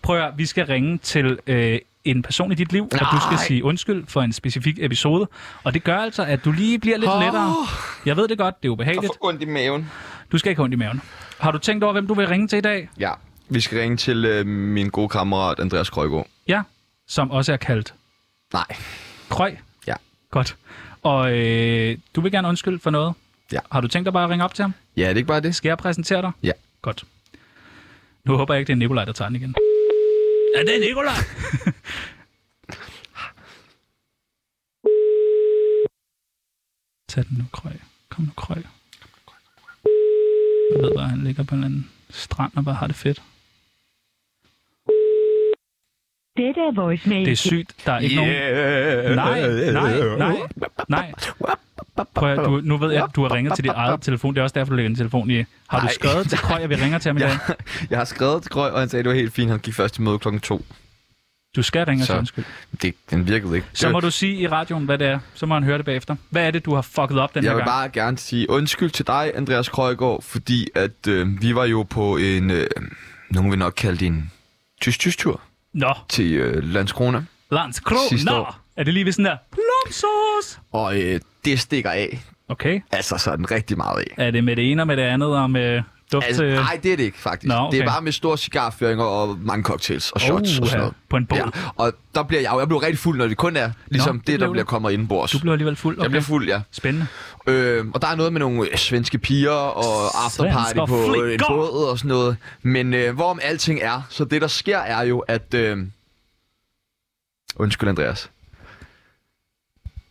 A: Prøv at høre, vi skal ringe til øh, en person i dit liv, Nej. og du skal sige undskyld for en specifik episode. Og det gør altså, at du lige bliver lidt oh. lettere. Jeg ved det godt, det er ubehageligt.
F: får ondt i maven.
A: Du skal ikke have ondt i maven. Har du tænkt over, hvem du vil ringe til i dag?
F: Ja, vi skal ringe til øh, min gode kammerat Andreas Krøjgaard.
A: Ja, som også er kaldt
F: Nej,
A: Krøj.
F: Ja.
A: Godt. Og øh, du vil gerne undskylde for noget?
F: Ja.
A: Har du tænkt dig bare at ringe op til ham?
F: ja, det er ikke bare det.
A: Skal jeg præsentere dig?
F: Ja.
A: Godt. Nu håber jeg ikke, det er Nikolaj, der tager den igen. Ja, det er Nikolaj! Tag den nu, Krøj. Kom nu, Krøj. Jeg ved bare, han ligger på en eller anden strand og bare har det fedt.
H: Dette er voicemail.
A: Det er sygt. Der er ikke nogen... Nej, nej, nej, nej. Prøv at, du, nu ved jeg, at du har ringet til dit eget telefon. Det er også derfor, du lægger din telefon i. Har du
F: Nej.
A: skrevet til Krøj, at vi ringer til ham i dag?
F: Jeg har skrevet til Krøj, og han sagde, at det var helt fint. Han gik først til møde klokken to.
A: Du skal ringe til
F: Så.
A: undskyld.
F: Det, den virkede ikke.
A: Så må du sige i radioen, hvad det er. Så må han høre det bagefter. Hvad er det, du har fucket op den
F: jeg
A: her
F: vil
A: gang?
F: bare gerne sige undskyld til dig, Andreas Krøjgaard, fordi at øh, vi var jo på en, øh, nogen vil nok kalde det en tysk-tysk-tur
A: Nå,
F: til øh, Landskrona. Sidste
A: Landskrona!
F: år.
A: Er det lige ved sådan der? Plumsos!
F: Og øh, det stikker af,
A: Okay.
F: altså sådan rigtig meget af.
A: Er det med det ene og med det andet og med duft
F: Altså,
A: til...
F: nej, det er det ikke faktisk.
A: Nå, okay.
F: Det er bare med store cigarføringer og mange cocktails og shots og sådan
A: Uha,
F: noget.
A: på en båd.
F: Og der bliver jeg, jo- jeg bliver rigtig fuld, når det kun er ligesom
A: Nå,
F: det,
A: det blev
F: der bliver
A: du.
F: kommer indenbords.
A: Du blev alligevel fuld. Okay.
F: Jeg bliver fuld, ja.
A: Spændende.
F: Øh,
B: Øhm,
F: og der er noget med nogle øh, svenske piger og afterparty
A: Svensker
F: på øh, en
A: flikker!
F: båd og sådan noget. Men øh, hvorom alting er, så det der sker er jo, at... Øh... Undskyld, Andreas.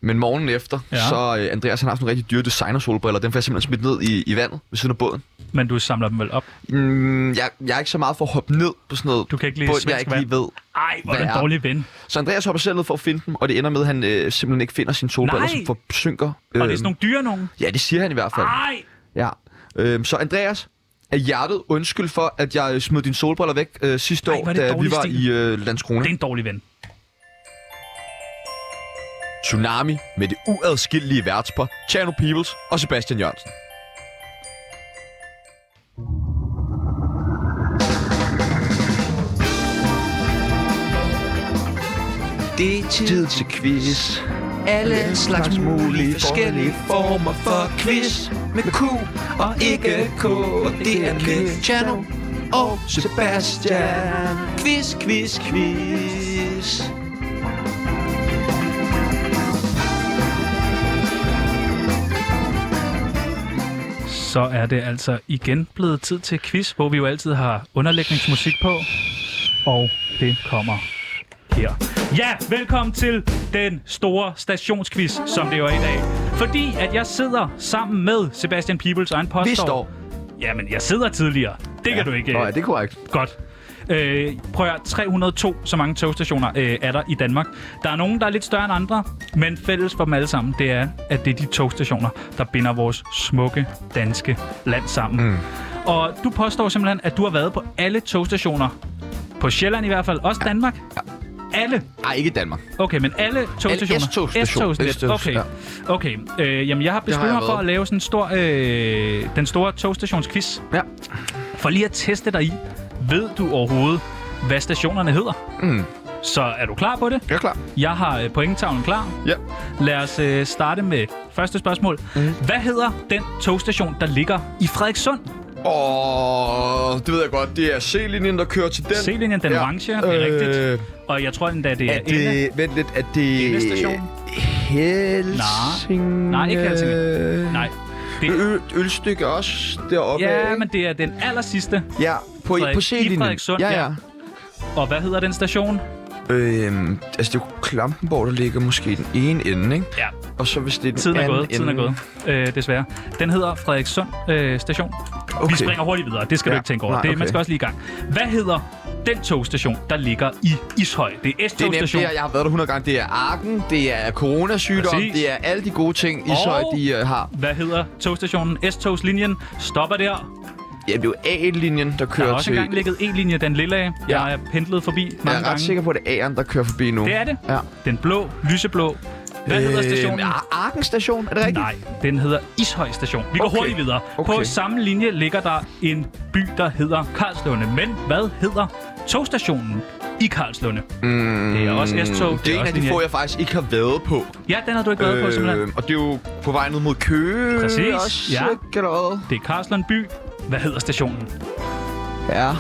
F: Men morgenen efter,
A: Ja.
F: ja. så øh, Andreas han har sådan nogle rigtig dyre designer-solbriller. Dem får jeg simpelthen smidt ned i, i vandet ved siden af båden.
A: Men du samler dem vel op?
F: Mm, jeg, jeg er ikke så meget for at hoppe ned på sådan noget
A: Du kan ikke lide
F: båd, jeg
A: svensk
F: ikke lige ved.
A: Ej, hvor er
F: Hvad
A: du en
F: er-
A: dårlig ven. Og
F: Så Andreas hopper selv ned for at finde dem, og det ender med, at han øh, simpelthen ikke finder sine solbriller,
A: Nej!
F: som forsynker.
A: det er
F: Øhm,
A: sådan Ah! nogle dyre nogen.
F: Ja, det siger han i hvert fald.
A: Ej!
F: Ja. Øhm, så Andreas, af hjertet undskyld for, at jeg smed dine solbriller væk øh, sidste
A: Ej,
F: år,
A: hvor er det
F: da vi
A: dårlig
F: var
A: stil.
F: i øh, Landskrona.
A: Det er en dårlig ven.
F: Tsunami med det uadskillelige værtspar, Chano Peoples og Sebastian Jørgensen.
G: det er tid til quiz. Alle slags mulige forskellige former for quiz. Med Q og ikke K. Og det er med Chano og Sebastian. Quiz, quiz, quiz.
A: Så er det altså igen blevet tid til quiz, hvor vi jo altid har underlægningsmusik på. Og det kommer her. Ja, velkommen til den store stationsquiz, som det jo er i dag. Fordi at jeg sidder sammen med Sebastian Peebles og han påstår...
F: Vi står.
A: Jamen, jeg sidder tidligere. Det ja. kan du ikke... øh,
F: Nå, ja, det er korrekt.
A: Godt. Øh, prøv at høre, 302 så mange togstationer øh, er der i Danmark. Der er nogen, der er lidt større end andre, men fælles for dem alle sammen, det er, at det er de togstationer, der binder vores smukke danske land sammen. Mm. Og du påstår simpelthen, at du har været på alle togstationer. På Sjælland i hvert fald. Også Danmark. Alle.
F: Nej, ikke i Danmark.
A: Okay, men alle togstationer.
F: S-togsstation.
A: S-togsnet. Okay. Okay. Øh, jamen, jeg har
F: har
A: besluttet
F: jeg
A: mig for
F: været.
A: at lave sådan en stor, øh, den store togstationsquiz.
F: Ja.
A: For lige at teste dig i, ved du overhovedet, hvad stationerne hedder?
F: Mm.
A: Så er du klar på det?
F: Jeg er klar.
A: Jeg har øh, pointtavlen klar.
F: Ja.
A: Lad os øh, starte med første spørgsmål. Mm. Hvad hedder den togstation, der ligger i Frederikssund?
B: Åh, det ved jeg godt. Det er C-linjen, der kører til den.
A: C-linjen, den
B: Ja.
A: orange, det er rigtigt. Og jeg tror endda, det er,
F: Er det... Vent lidt, er det...
A: Inde station?
F: Helsing...
A: Nej, ikke Helsinge.
F: øh,
A: Nej. Det,
B: Ø- ølstykke også deroppe.
A: ja,
B: ikke?
A: men det er den aller sidste.
F: Ja, på,
A: Frederik-
F: på
A: i
F: C-linjen.
A: Frederikssund,
F: ja,
A: ja.
F: ja.
A: Og hvad hedder den station?
B: Øhm, altså, det er jo Klampenborg, der ligger måske i den ene ende, ikke?
A: Ja,
B: Og så hvis det er den
A: tiden er
B: anden
A: gået. Tiden er
B: ende.
A: gået, øh, desværre. Den hedder Frederikssund øh, Station. Okay. Vi springer hurtigt videre, det skal ja. du
B: Ja,
A: ikke tænke over.
B: nej,
A: det, Man
B: okay.
A: skal også lige i gang. Hvad hedder den togstation, der ligger i Ishøj? Det er
F: Det er nemt,
A: S-togstation.
F: det er, jeg har været der 100 gange. Det er Arken, det er coronasygdom,
A: Præcis.
F: det er alle de gode ting, Ishøj,
A: Og-
F: de øh, har.
A: Hvad hedder togstationen? S-togslinjen stopper der.
F: Ja, det er jo A-linjen, der
A: Der
F: kører
A: har også
F: til...
A: engang ligget en linje, den lille af.
F: Ja.
A: Jeg er pendlet forbi mange
F: jeg er ret
A: gange.
F: sikker på, at det er A'eren, der kører forbi nu.
A: Det er det.
F: Ja.
A: Den blå, lyseblå. Hvad øh, hedder
B: Øhm,
A: stationen?
F: Øh, Ar- Arken station, er det rigtigt?
A: Nej, den hedder Ishøj Station. Vi går okay.
F: Okay.
A: hurtigt videre. Okay. På
F: Okay.
A: samme linje ligger der en by, der hedder Karlslunde. Men hvad hedder togstationen i Karlslunde? Mm, det er også S-tog.
B: Mm, Det er en
A: også
B: af de
A: linje-
B: få, jeg faktisk ikke har været på. Øhm,
A: Ja, den har du ikke været øh, på, simpelthen.
B: og det er jo på vej ned mod Køge.
A: Præcis,
B: Også,
A: ja.
B: ikke? Eller hvad?
A: Det er Karlslund by. Hvad hedder stationen?
F: Ja.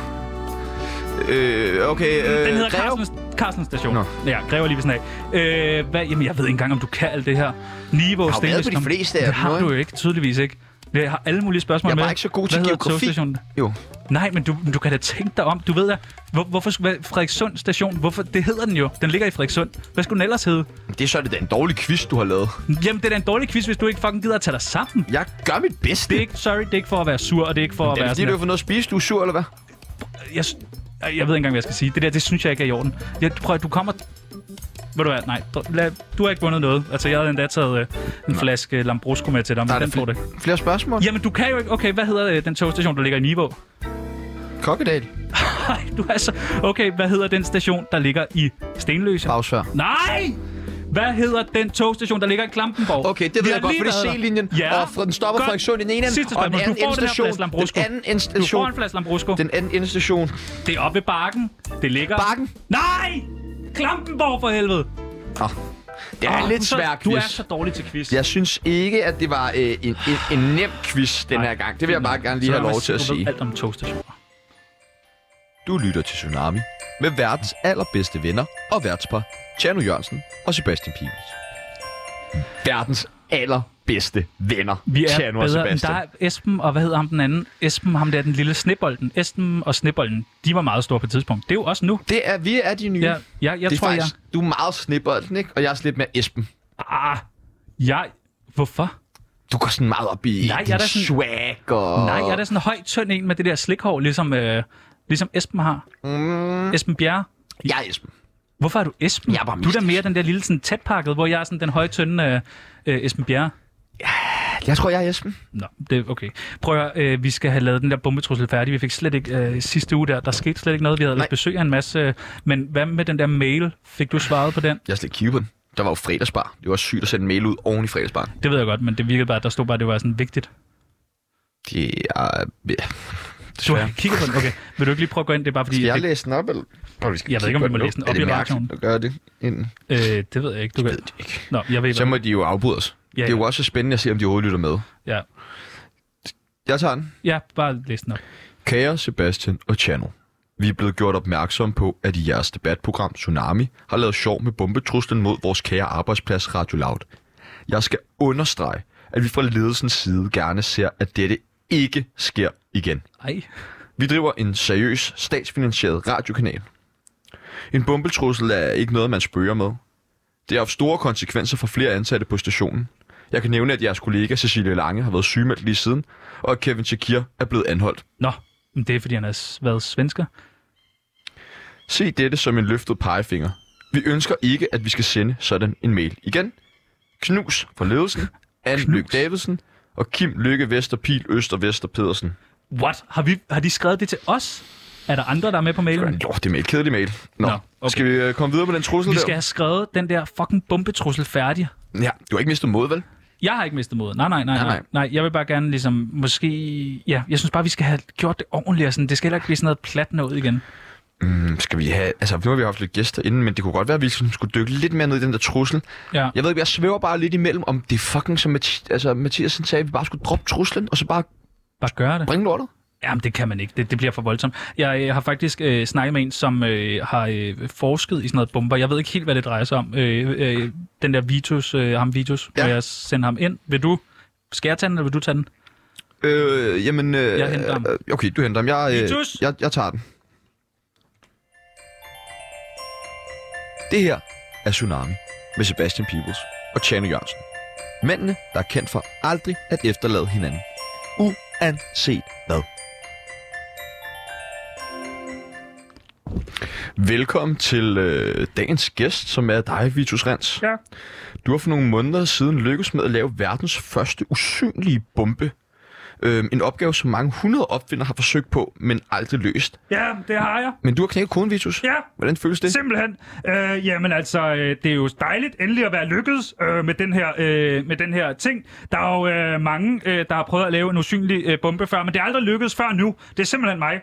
B: Øh, okay. Øh,
A: Den hedder
B: Greve?
A: Karlslund, Karlslund Station.
B: Nå.
A: Ja, Greve er lige ved sådan af. Øh, hvad, jamen, jeg ved ikke engang, om du kan alt det her. Niveau,
F: været på de fleste af
A: Det
F: dem
A: har
F: nu, ikke?
A: du jo ikke, tydeligvis ikke. Jeg har alle mulige spørgsmål
F: Jeg er
A: med.
F: bare ikke så god til
A: Hvad hedder
F: geografi.
A: togstationen?
F: Jo.
A: Nej, men du, du kan da tænke dig om. Du ved da, hvor, hvorfor skulle- hvad, Frederikssund station, hvorfor, det hedder den jo. Den ligger i Frederikssund. Hvad skulle den ellers hedde?
B: Det er så det da en dårlig quiz, du har lavet.
A: Jamen, det er da en dårlig quiz, hvis du ikke fucking gider at tage dig sammen.
B: Jeg gør mit bedste.
A: Det er ikke, sorry, det er ikke for at være sur, og det er ikke for at
B: er det
A: være
B: fordi, du
A: sådan...
B: har fået noget at spise? Du er sur, eller hvad?
A: her- Jeg, s- Ej, jeg ved ikke engang, hvad jeg skal sige. Det der, det synes jeg ikke er i orden. Jeg, prøv at- du kommer... Ved du hvad, nej, dr- lad, du har ikke vundet noget. Altså, jeg havde endda taget øh, en flaske Lambrusco med til dig, men
F: Der er
A: den
F: det
A: får det.
F: Flere spørgsmål?
A: Jamen, du kan jo ikke... Okay, hvad hedder øh, den togstation, der ligger i Niveau?
F: Kokkedal.
A: Nej, du er så... Okay, hvad hedder den station, der ligger i Stenløse?
F: Bagsvær.
A: Nej! Hvad hedder den togstation, der ligger i Klampenborg?
F: Okay, det
A: Vi
F: ved
A: har
F: jeg godt,
A: lige
F: for det er
A: været der.
F: C-linjen,
A: Ja.
F: og fra den stopper
A: Godt.
F: Frederikssund i den ene
A: Sidste
F: ende, og den
A: spørgsmål.
F: anden
A: Du får den her
F: station,
A: flaske
F: den
A: Lambrusco.
F: anden ende
A: Du får
F: station,
A: en flaske Lambrusco.
F: den anden ende station.
A: Det er oppe ved Bakken. Det ligger...
F: Bakken?
A: Nej! Klampenborg for helvede!
F: Det er
A: Åh,
F: lidt
A: så-
F: svært
A: Du er
F: quiz.
A: så dårlig til quiz.
F: Jeg synes ikke, at det var øh, en, en, en nem quiz den
A: Nej,
F: her gang. Det vil jeg
A: fint
F: bare
A: nok.
F: gerne lige
A: Så
F: have
A: lad mig
F: lov til at
A: Du ved
F: sige.
A: alt om togstationer.
B: Du lytter til Tsunami med verdens allerbedste venner og værtspar, Tjerno Jørgensen og Sebastian Pibels.
F: Verdens allerbedste venner,
A: Vi er
B: Tjerno og
A: bedre end
B: Sebastian.
A: dig, Esben, og hvad hedder ham den anden? Esben, ham der, den lille snebolden. Esben og snebolden, de var meget store på et tidspunkt. Det er jo også nu.
F: Det er, vi er de nye.
A: Ja, jeg, jeg
F: det er
A: tror,
F: faktisk, jeg... du er meget snibbolden, ikke? Og jeg er sådan lidt mere Esben.
A: jeg... Ah, jeg... Hvorfor?
F: Du går sådan meget op i
A: Nej,
F: din
A: jeg er da sådan-
F: swag og...
A: Nej, jeg er da sådan en høj, tynd en med det der slikhår, ligesom, øh, ligesom Esben har. Mm. Esben Bjerre.
F: Jeg er Esben.
A: Hvorfor er du Esben?
F: Jeg er bare
A: du er da
F: mystisk.
A: mere den der lille sådan, tætpakket, hvor jeg er sådan den høje, tynde øh, øh, Esben Bjerre.
F: Jeg tror, jeg er Esben.
A: Nå, det er okay. Prøv at, høre, øh, vi skal have lavet den der bombetrussel færdig. Vi fik slet ikke øh, sidste uge der. Der skete slet ikke noget. Vi havde
F: Nej.
A: ellers besøg af en masse. Øh, men hvad med den der mail? Fik du svaret på den?
B: Jeg har slet ikke kigget på den. Der var jo fredagsbar. Det var sygt at sende en mail ud oven i fredagsbar.
A: Det ved jeg godt, men det virkede bare, at der stod bare, at det var sådan vigtigt.
B: Det er... Ja.
A: Du har kigget på den. Okay, vil du ikke lige prøve at gå ind? Det er bare fordi...
B: Skal jeg
A: det,
B: læse den op, eller? Prøv, vi skal
A: Jeg ved ikke,
B: kigge
A: om vi må
B: på den nu.
A: læse den
B: Er
A: op
B: det
A: i
B: mærkeligt
A: radioen?
B: at gøre det inden?
A: øh, det ved jeg ikke. Du kan... Nå, jeg ved
B: Så
A: ikke.
B: må de jo afbryde os.
A: Ja,
B: Det er jo også spændende at se, om de overhovedet lytter med.
A: Ja.
B: Jeg tager den.
A: ja, bare læs den op.
B: Kære Sebastian og Chano, vi er blevet gjort opmærksom på, at i jeres debatprogram Tsunami har lavet sjov med bombetruslen mod vores kære arbejdsplads Radio Loud. Jeg skal understrege, at vi fra ledelsens side gerne ser, at dette ikke sker igen.
A: Ej.
B: Vi driver en seriøs, statsfinansieret radiokanal. En bombetrussel er ikke noget, man spøger med. Det har haft store konsekvenser for flere ansatte på stationen. Jeg kan nævne, at jeres kollega Cecilie Lange har været sygemeldt lige siden, og at Kevin Shakir er blevet anholdt.
A: Nå, men det er, fordi han har s- været svensker.
B: Se dette som en løftet pegefinger. Vi ønsker ikke, at vi skal sende sådan en mail igen. Knus fra ledelsen, Anne Lykke Davidsen og Kim Lykke Vesterpil Øster Vester Pedersen.
A: What? Har, vi, har de skrevet det til os? Er der andre, der er med på mailen?
F: Lort, det er mail. Kedelig mail. Nå,
A: Nå, okay.
F: skal vi øh, komme videre med den trussel
A: Vi
F: der?
A: skal have skrevet den der fucking bombetrussel færdig.
F: Ja, du har ikke mistet mod, vel?
A: Jeg har ikke mistet modet. Nej, nej, nej,
F: Nej,
A: nej,
F: nej.
A: nej. Nej, jeg vil bare gerne ligesom, måske... Ja, jeg synes bare, vi skal have gjort det ordentligt, og sådan. Det skal heller ikke blive sådan noget plat noget igen.
F: Mm, skal vi have... Altså, nu har vi haft lidt gæster inden, men det kunne godt være, at vi sådan skulle dykke lidt mere ned i den der trussel.
A: Ja.
F: Jeg ved ikke, jeg svæver bare lidt imellem, om det er fucking, som Mathi- altså, Mathias han sagde, at vi bare skulle droppe truslen, og så bare
A: Bare gøre det.
F: bringe lortet.
A: Jamen, det kan man ikke. Det, det bliver for voldsomt. Jeg øh, har faktisk øh, snakket med en, som øh, har øh, forsket i sådan noget bomber. Jeg ved ikke helt, hvad det drejer sig om. Øh, øh, den der Vitus, øh, ham Vitus,
F: Ja.
A: ja. hvor jeg sender ham ind. Vil du... Skal jeg tage den, eller vil du tage den?
F: Øh, jamen... Øh,
A: Jeg henter ham.
F: øh, Okay, du henter ham. Jeg, øh,
A: Vitus!
F: jeg, jeg tager den. Det her er Tsunami med Sebastian Peebles og Tjano Jørgensen. Mændene, der er kendt for aldrig at efterlade hinanden. Uanset hvad. Velkommen til øh, dagens gæst, som er dig, Vitus Rens.
A: Ja.
F: Du har for nogle måneder siden lykkedes med at lave verdens første usynlige bombe. Øhm, en opgave, som mange hundrede opfindere har forsøgt på, men aldrig løst.
A: Ja, det har jeg.
F: Men du har knækket koden, Vitus.
A: Ja.
F: Hvordan føles det?
A: Simpelthen. Øh, jamen altså, øh, det er jo dejligt endelig at være lykkedes øh, med, den her, øh, med den her ting. Der er jo øh, mange, øh, der har prøvet at lave en usynlig øh, bombe før, men det er aldrig lykkedes før nu. Det er simpelthen mig.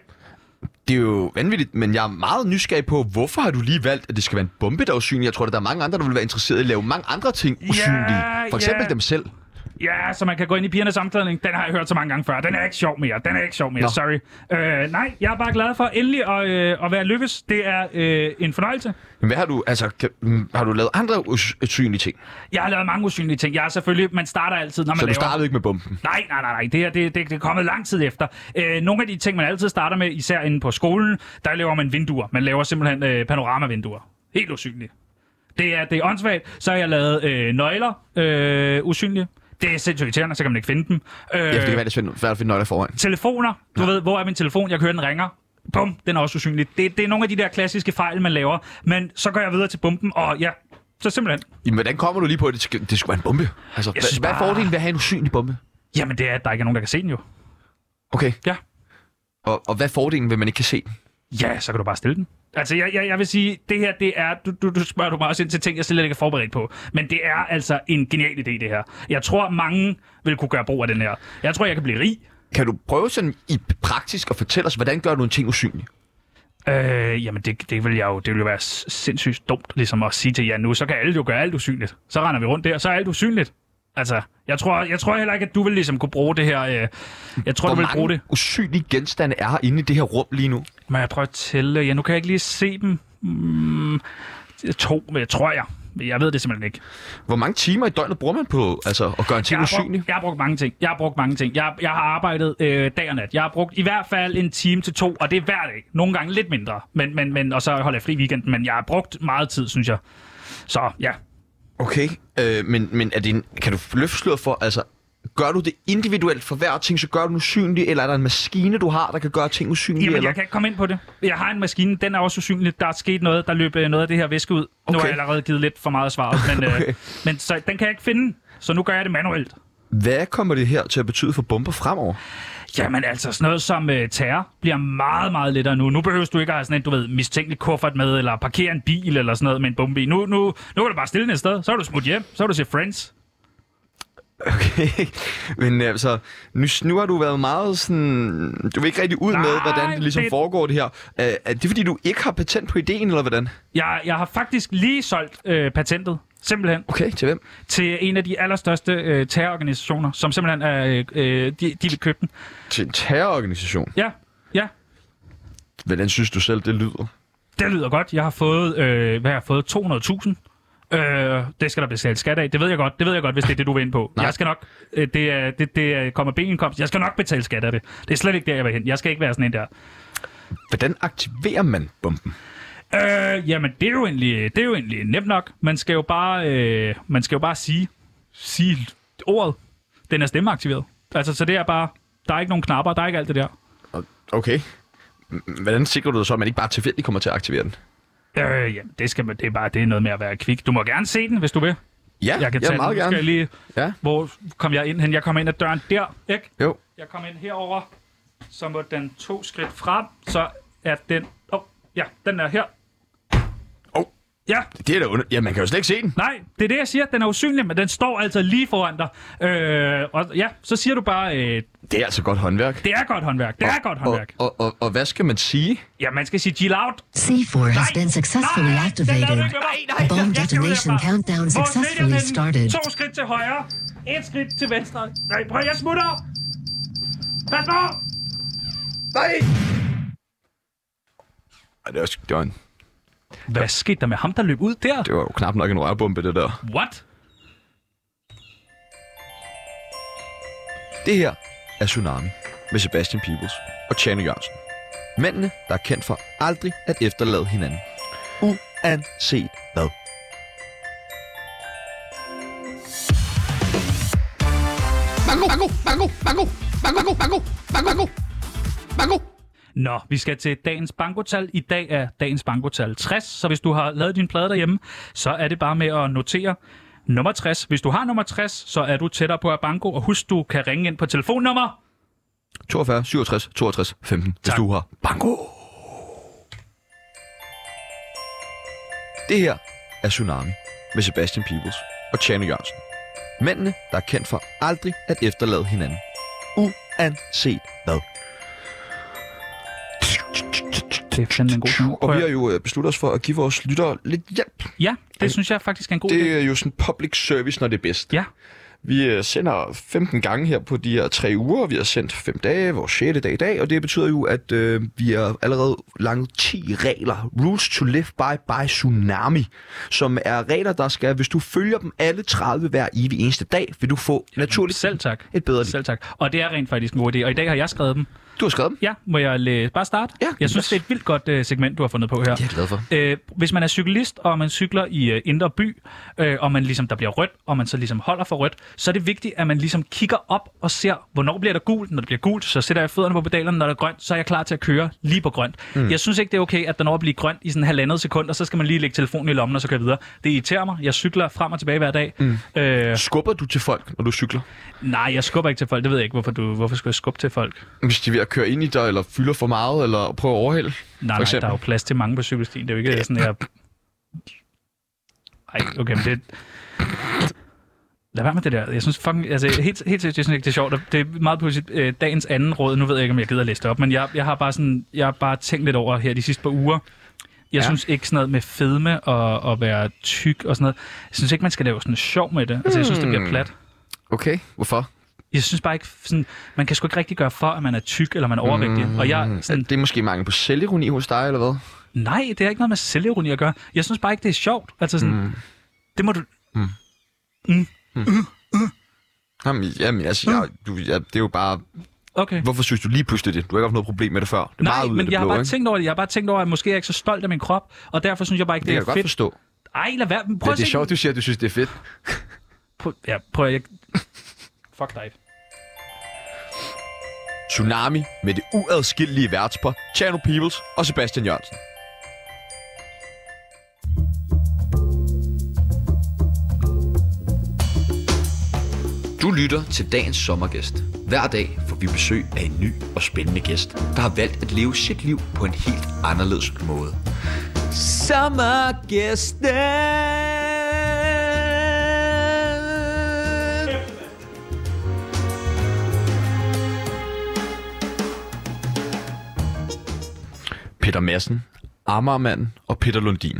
F: Det er jo vanvittigt, men jeg er meget nysgerrig på, hvorfor har du lige valgt, at det skal være en bombe, der er usynlig? Jeg tror, at der er mange andre, der vil være interesseret i at lave mange andre ting usynlige. For eksempel
A: ja.
F: dem selv.
A: Ja, så man kan gå ind i pigernes omklædning. Den har jeg hørt så mange gange før. Den er ikke sjov mere. Den er ikke sjov mere. Nå. Sorry. Øh, nej, jeg er bare glad for endelig at, øh, at være lykkes. Det er øh, en fornøjelse.
F: Men hvad har du, altså, kan, mm, har du lavet andre us- usynlige ting?
A: Jeg har lavet mange usynlige ting. Jeg er selvfølgelig... Man starter altid, når man
F: Så du
A: laver...
F: startede ikke med bomben?
A: Nej, nej, nej, nej. Det her det, det, det er kommet lang tid efter. Øh, nogle af de ting, man altid starter med, især inde på skolen, der laver man vinduer. Man laver simpelthen øh, panoramavinduer. Helt usynlige. Det er, det er åndssvagt. Så har jeg lavet øh, nøgler øh, usynlige. Det er sindssygt irriterende, så kan man ikke finde dem. Øh,
F: Ja, for det kan være, det er svært svært at finde nøgler foran.
A: telefoner. Du ved, hvor er min telefon? Jeg kører den ringer. Bum, den er også usynlig. Det, det er nogle af de der klassiske fejl, man laver. Men så går jeg videre til bomben, og ja, så simpelthen.
F: Jamen, hvordan kommer du lige på, at det skal, det skal være en bombe? Altså, hvad,
A: synes
F: hvad er
A: bare-
F: fordelen ved at have en usynlig bombe?
A: Jamen, det er, at der ikke er nogen, der kan se den jo.
F: Okay.
A: Ja.
F: Og, og hvad er fordelen ved, at man ikke kan se den?
A: Ja, så kan du bare stille den. Altså, jeg, jeg, jeg vil sige, det her, det er... Du, du, du spørger du mig også ind til ting, jeg slet ikke er forberedt på. Men det er altså en genial idé, det her. Jeg tror, mange vil kunne gøre brug af den her. Jeg tror, jeg kan blive rig.
F: Kan du prøve sådan i praktisk at fortælle os, hvordan gør du en ting usynlig?
A: Øh, jamen, det, det vil jeg jo... Det vil jo være s- sindssygt dumt, ligesom at sige til jer nu. Så kan alle jo gøre alt usynligt. Så render vi rundt der, så er alt usynligt. Altså, jeg tror, jeg tror heller ikke, at du vil ligesom kunne bruge det her... Øh, jeg tror,
F: Hvor
A: du vil bruge
F: mange
A: det.
F: usynlige genstande er her inde i det her rum lige nu?
A: Må jeg prøve at tælle? Ja, nu kan jeg ikke lige se dem. Mm, to, øh, tror jeg. Jeg ved det simpelthen ikke.
F: Hvor mange timer i døgnet bruger man på altså, at gøre en ting
A: jeg har,
F: usynlig?
A: brugt, jeg har brugt mange ting. Jeg har brugt mange ting. Jeg, jeg har arbejdet øh, dag og nat. Jeg har brugt i hvert fald en time til to, og det er hver dag. Nogle gange lidt mindre, men, men, men, og så holder jeg fri i weekenden. Men jeg har brugt meget tid, synes jeg. Så ja,
F: Okay. Øh, men men er det en, kan du løfte sløret for, altså, gør du det individuelt for hver ting, så gør du den usynlig, eller er der en maskine, du har, der kan gøre ting usynlige?
A: Jamen,
F: eller?
A: jeg kan ikke komme ind på det. Jeg har en maskine, den er også usynlig. Der er sket noget, der løb øh, noget af det her væske ud. Okay. Nu har
F: Okay.
A: jeg allerede givet lidt for meget svar, men,
F: Okay.
A: øh, men så, den kan jeg ikke finde. Så nu gør jeg det manuelt.
F: Hvad kommer det her til at betyde for bomber fremover?
A: Jamen altså, sådan noget som øh, terror bliver meget, meget lettere nu. Nu behøver du ikke at have sådan en, du ved, mistænkelig kuffert med, eller parkere en bil eller sådan noget med en bombe i. Nu, nu, nu kan du bare stille den et sted, så er du smut hjem, så er du se Friends.
F: Okay, men altså, nu, nu har du været meget sådan... Du vil ikke rigtig ud Nej, med,
A: Nej,
F: hvordan det ligesom det...
A: det-
F: foregår det her. Øh, Er det fordi, du ikke har patent på ideen, eller hvordan?
A: Jeg, jeg har faktisk lige solgt øh, patentet, simpelthen,
F: Okay, til hvem?
A: til en af de allerstørste øh, terrororganisationer, som simpelthen er, øh, øh, de, de vil købe den.
F: Til en terrororganisation.
A: Ja, ja.
F: Hvordan synes du selv, det lyder?
A: Det lyder godt. Jeg har fået, øh, hvad har jeg fået? 200.000. Øh, det skal der betale skat af. Det ved jeg godt. Det ved jeg godt, hvis det er det, du vil ind på. jeg skal nok... Øh, det, er, det, det er- kommer benindkomst. Jeg skal nok betale skat af det. Det er slet ikke der, jeg vil hen. Jeg skal ikke være sådan en der.
F: Hvordan aktiverer man bomben?
A: Øh, jamen, det er, jo egentlig, det er jo egentlig nemt nok. Man skal jo bare, øh, man skal jo bare sige, sige ordet. Den er stemmeaktiveret. Altså, så det er bare... Der er ikke nogen knapper. Der er ikke alt det der.
F: Okay. M- Hvordan sikrer du dig så, at man ikke bare tilfældigt kommer til at aktivere den?
A: Øh, jamen, det, skal man, det er bare det er noget med at være kvik. Du må gerne se den, hvis du vil.
F: Ja,
A: Jeg kan
F: ja
A: tage
F: meget
A: den. Nu
F: gerne.
A: Skal jeg lige...
F: Ja.
A: Hvor kom jeg ind hen? Jeg kom ind ad døren der, ikke?
F: Jo.
A: Jeg kom ind herover. så må den to skridt frem, så er den... Åh, oh, ja, den er her.
B: Åh.
A: Ja,
B: Det er da under... Ja, man kan jo slet ikke se den.
A: nej, det er det, jeg siger. Den er usynlig, men den står altså lige foran dig. Øh, og ja, så siger du bare, øh,
B: Det er altså godt håndværk.
A: det er godt håndværk, det er godt håndværk.
B: Og, og, og, og hvad skal man sige?
A: Ja, man skal sige chill out.
H: C4 has been successfully activated. Bomb detonation countdown successfully started.
A: To skridt til højre. Et skridt til venstre. Nej, prøv, jeg smutter. Pas på.
B: Ej, det, var, sgu- det, var en,
A: Hvad skete der med ham, der løb ud der?
B: det var jo knap nok en rørbombe, det der.
A: What?
B: Det her er Tsunami med Sebastian Peebles og Tjano Jørgensen. Mændene, der er kendt for aldrig at efterlade hinanden. Uanset hvad. Mango, mango, mango, mango, mango, mango, mango, mango, mango.
A: Nå, vi skal til dagens bankotal. I dag er dagens bankotal 60, så hvis du har lavet din plade derhjemme, så er det bare med at notere nummer 60. Hvis du har nummer 60, så er du tættere på at banko, og husk, du kan ringe ind på telefonnummer.
B: 42, 67, 62, 15, hvis du har bango. Det her er Tsunami med Sebastian Peebles og Tjano Jørgensen. Mændene, der er kendt for aldrig at efterlade hinanden. Uanset hvad.
A: Det er fandme en god sang.
B: Og vi har jo øh, besluttet os for at give vores lyttere lidt hjælp.
A: Ja, det synes jeg faktisk er en god idé.
B: Det er jo sådan public service, når det er bedst.
A: Ja.
B: Vi øh, sender 15 gange her på de her tre uger. Vi har sendt 5 dage, vores 6. dag i dag, og det betyder jo, at øh, vi har allerede langt 10 regler. Rules to live by by Tsunami, som er regler, der skal, hvis du følger dem alle 30 hver evig eneste dag, vil du få naturligt
A: Selv tak.
B: et bedre liv.
A: Selv tak. Og det er rent faktisk en god idé, og i dag har jeg skrevet dem.
B: Du har skrevet dem.
A: Ja, må jeg læ- bare starte?
B: Ja,
A: jeg synes, det er et vildt godt øh, segment, du har fundet på her.
B: Det er jeg glad for.
A: Øh, hvis man er cyklist, og man cykler i øh, indre by, øh, og man ligesom, der bliver rødt, og man så ligesom holder for rødt, så er det vigtigt, at man ligesom kigger op og ser, hvornår bliver der gult. Når det bliver gult, så sætter jeg fødderne på pedalerne. Når der er grønt, så er jeg klar til at køre lige på grønt. Mm. Jeg synes ikke, det er okay, at der når at blive grønt i sådan halvandet sekund, og så skal man lige lægge telefonen i lommen og så køre videre. Det irriterer mig. Jeg cykler frem og tilbage hver dag. Mm. Øh,
B: Skubber du til folk, når du cykler?
A: nej, jeg skubber ikke til folk. Det ved jeg ikke, hvorfor, du, hvorfor skulle jeg skubbe til folk?
B: Hvis de er ved at køre ind i dig, eller fylder for meget, eller prøver at overhælde?
A: Nej,
B: for
A: nej,
B: eksempel.
A: der er jo plads til mange på cykelstien. Det er jo ikke sådan, jeg... Ej, okay, men det... Lad være med det der. Jeg synes fucking... Altså, helt, helt seriøst, jeg synes ikke, det er sjovt. Det er meget pludselig øh, dagens anden råd. Nu ved jeg ikke, om jeg gider at læse det op, men jeg, jeg har bare sådan... Jeg har bare tænkt lidt over her de sidste par uger. Jeg ja. synes ikke sådan noget med fedme og, og være tyk og sådan noget. Jeg synes ikke, man skal lave sådan sjov med det. Altså, jeg synes, det
B: Hmm.
A: bliver plat.
B: Okay, hvorfor?
A: Jeg synes bare ikke sådan... Man kan sgu ikke rigtig gøre for, at man er tyk eller man er overvægtig.
B: Hmm.
A: Mm, og jeg sådan...
B: Det er måske mangel på selvironi hos dig, eller hvad?
A: Nej, det har ikke noget med selvironi at gøre. Jeg synes bare ikke, det er sjovt. Altså sådan, mm. det må du...
B: Jamen, jamen altså,
A: Hm.
B: jeg, du, jeg, det er jo bare...
A: Okay.
B: Hvorfor synes du lige pludselig det? Du har ikke haft noget problem med det før. Det er
A: Nej,
B: meget ud af
A: men
B: det
A: jeg har
B: blå,
A: bare
B: ikke?
A: tænkt over det. Jeg har bare tænkt over, at måske er jeg ikke så stolt af min krop, og derfor synes jeg bare ikke,
B: det kan
A: det,
B: jeg
A: er
B: godt
A: fedt.
B: forstå.
A: Ej, lad være. Men Prøv
D: Ja,
A: at
D: det er
A: se-
D: sjovt, du siger, at du synes, det er fedt.
A: Prøv, ja, prøv at... Jeg... Fuck dig.
B: Tsunami med det uadskillelige værtspar, Chano Peoples og Sebastian Jørgensen.
F: Du lytter til dagens sommergæst. Hver dag får vi besøg af en ny og spændende gæst, der har valgt at leve sit liv på en helt anderledes måde. Sommergæsten!
B: Peter Madsen, Amagermanden og Peter Lundin.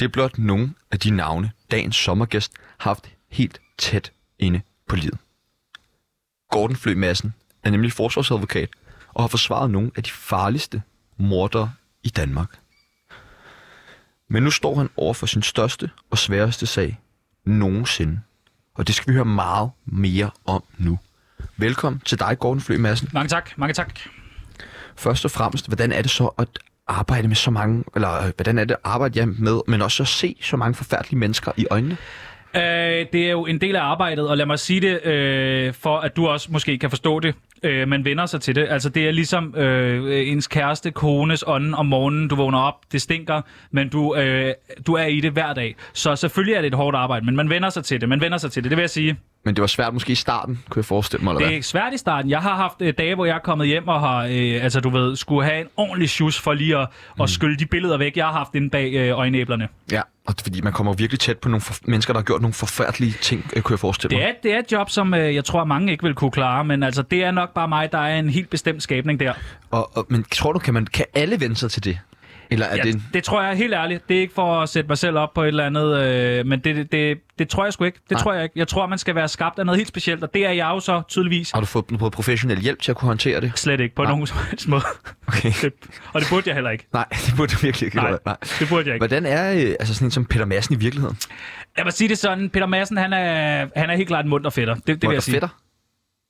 B: Det er blot nogle af de navne, dagens sommergæst har haft helt tæt inde på livet. Gordon Flø Madsen er nemlig forsvarsadvokat og har forsvaret nogle af de farligste mordere i Danmark. Men nu står han over for sin største og sværeste sag nogensinde. Og det skal vi høre meget mere om nu. Velkommen til dig, Gordon Flø Madsen.
A: Mange tak, mange tak.
B: Først og fremmest, hvordan er det så at arbejde med så mange, eller øh, hvordan er det at arbejde ja, med, men også at se så mange forfærdelige mennesker i øjnene?
A: Øh, det er jo en del af arbejdet, og lad mig sige det, øh, for at du også måske kan forstå det. Øh, man vender sig til det. Altså, det er ligesom øh, ens kæreste, kones ånden om morgenen. Du vågner op, det stinker, men du, øh, du er i det hver dag. Så selvfølgelig er det et hårdt arbejde, men man vender sig til det. Man vender sig til det, det vil jeg sige.
F: Men det var svært måske i starten, kunne jeg forestille mig, eller
A: Det er svært i starten. Jeg har haft øh, dage, hvor jeg er kommet hjem og har, øh, altså du ved, skulle have en ordentlig sjus for lige at, mm. at skylle de billeder væk, jeg har haft inde bag øh, øjenæblerne.
F: hvad? Ja, og det er fordi man kommer virkelig tæt på nogle for- mennesker, der har gjort nogle forfærdelige ting, øh, kunne jeg forestille
A: Det
F: mig.
A: er, det er et job, som øh, jeg tror, mange ikke vil kunne klare, men altså, det er nok bare mig, der er en helt bestemt skabning der.
F: Og, og, men tror du, kan, man, kan alle vende sig til det? Eller
A: Ja,
F: er det
A: det...
F: en...
A: det tror jeg helt ærligt. Det er ikke for at sætte mig selv op på et eller andet, øh, men det, det, det, det tror jeg sgu ikke. Det
F: Nej.
A: tror jeg ikke. Jeg tror, man skal være skabt af noget helt specielt, og det er jeg jo så tydeligvis
F: Har du fået noget professionel hjælp til at kunne håndtere det?
A: slet ikke på
F: Nej.
A: nogen som helst måde.
F: Okay.
A: Det, og det burde jeg heller ikke.
F: Nej, det burde du virkelig ikke
A: Nej,
F: gøre. Nej.
A: det burde jeg ikke.
F: Hvordan er øh, altså sådan en som Peter Madsen i virkeligheden?
A: Lad mig sige det sådan. Peter Madsen, han er, han er helt klart en munter fætter. Det, det vil
F: Hvor er
A: jeg sige.
F: fætter?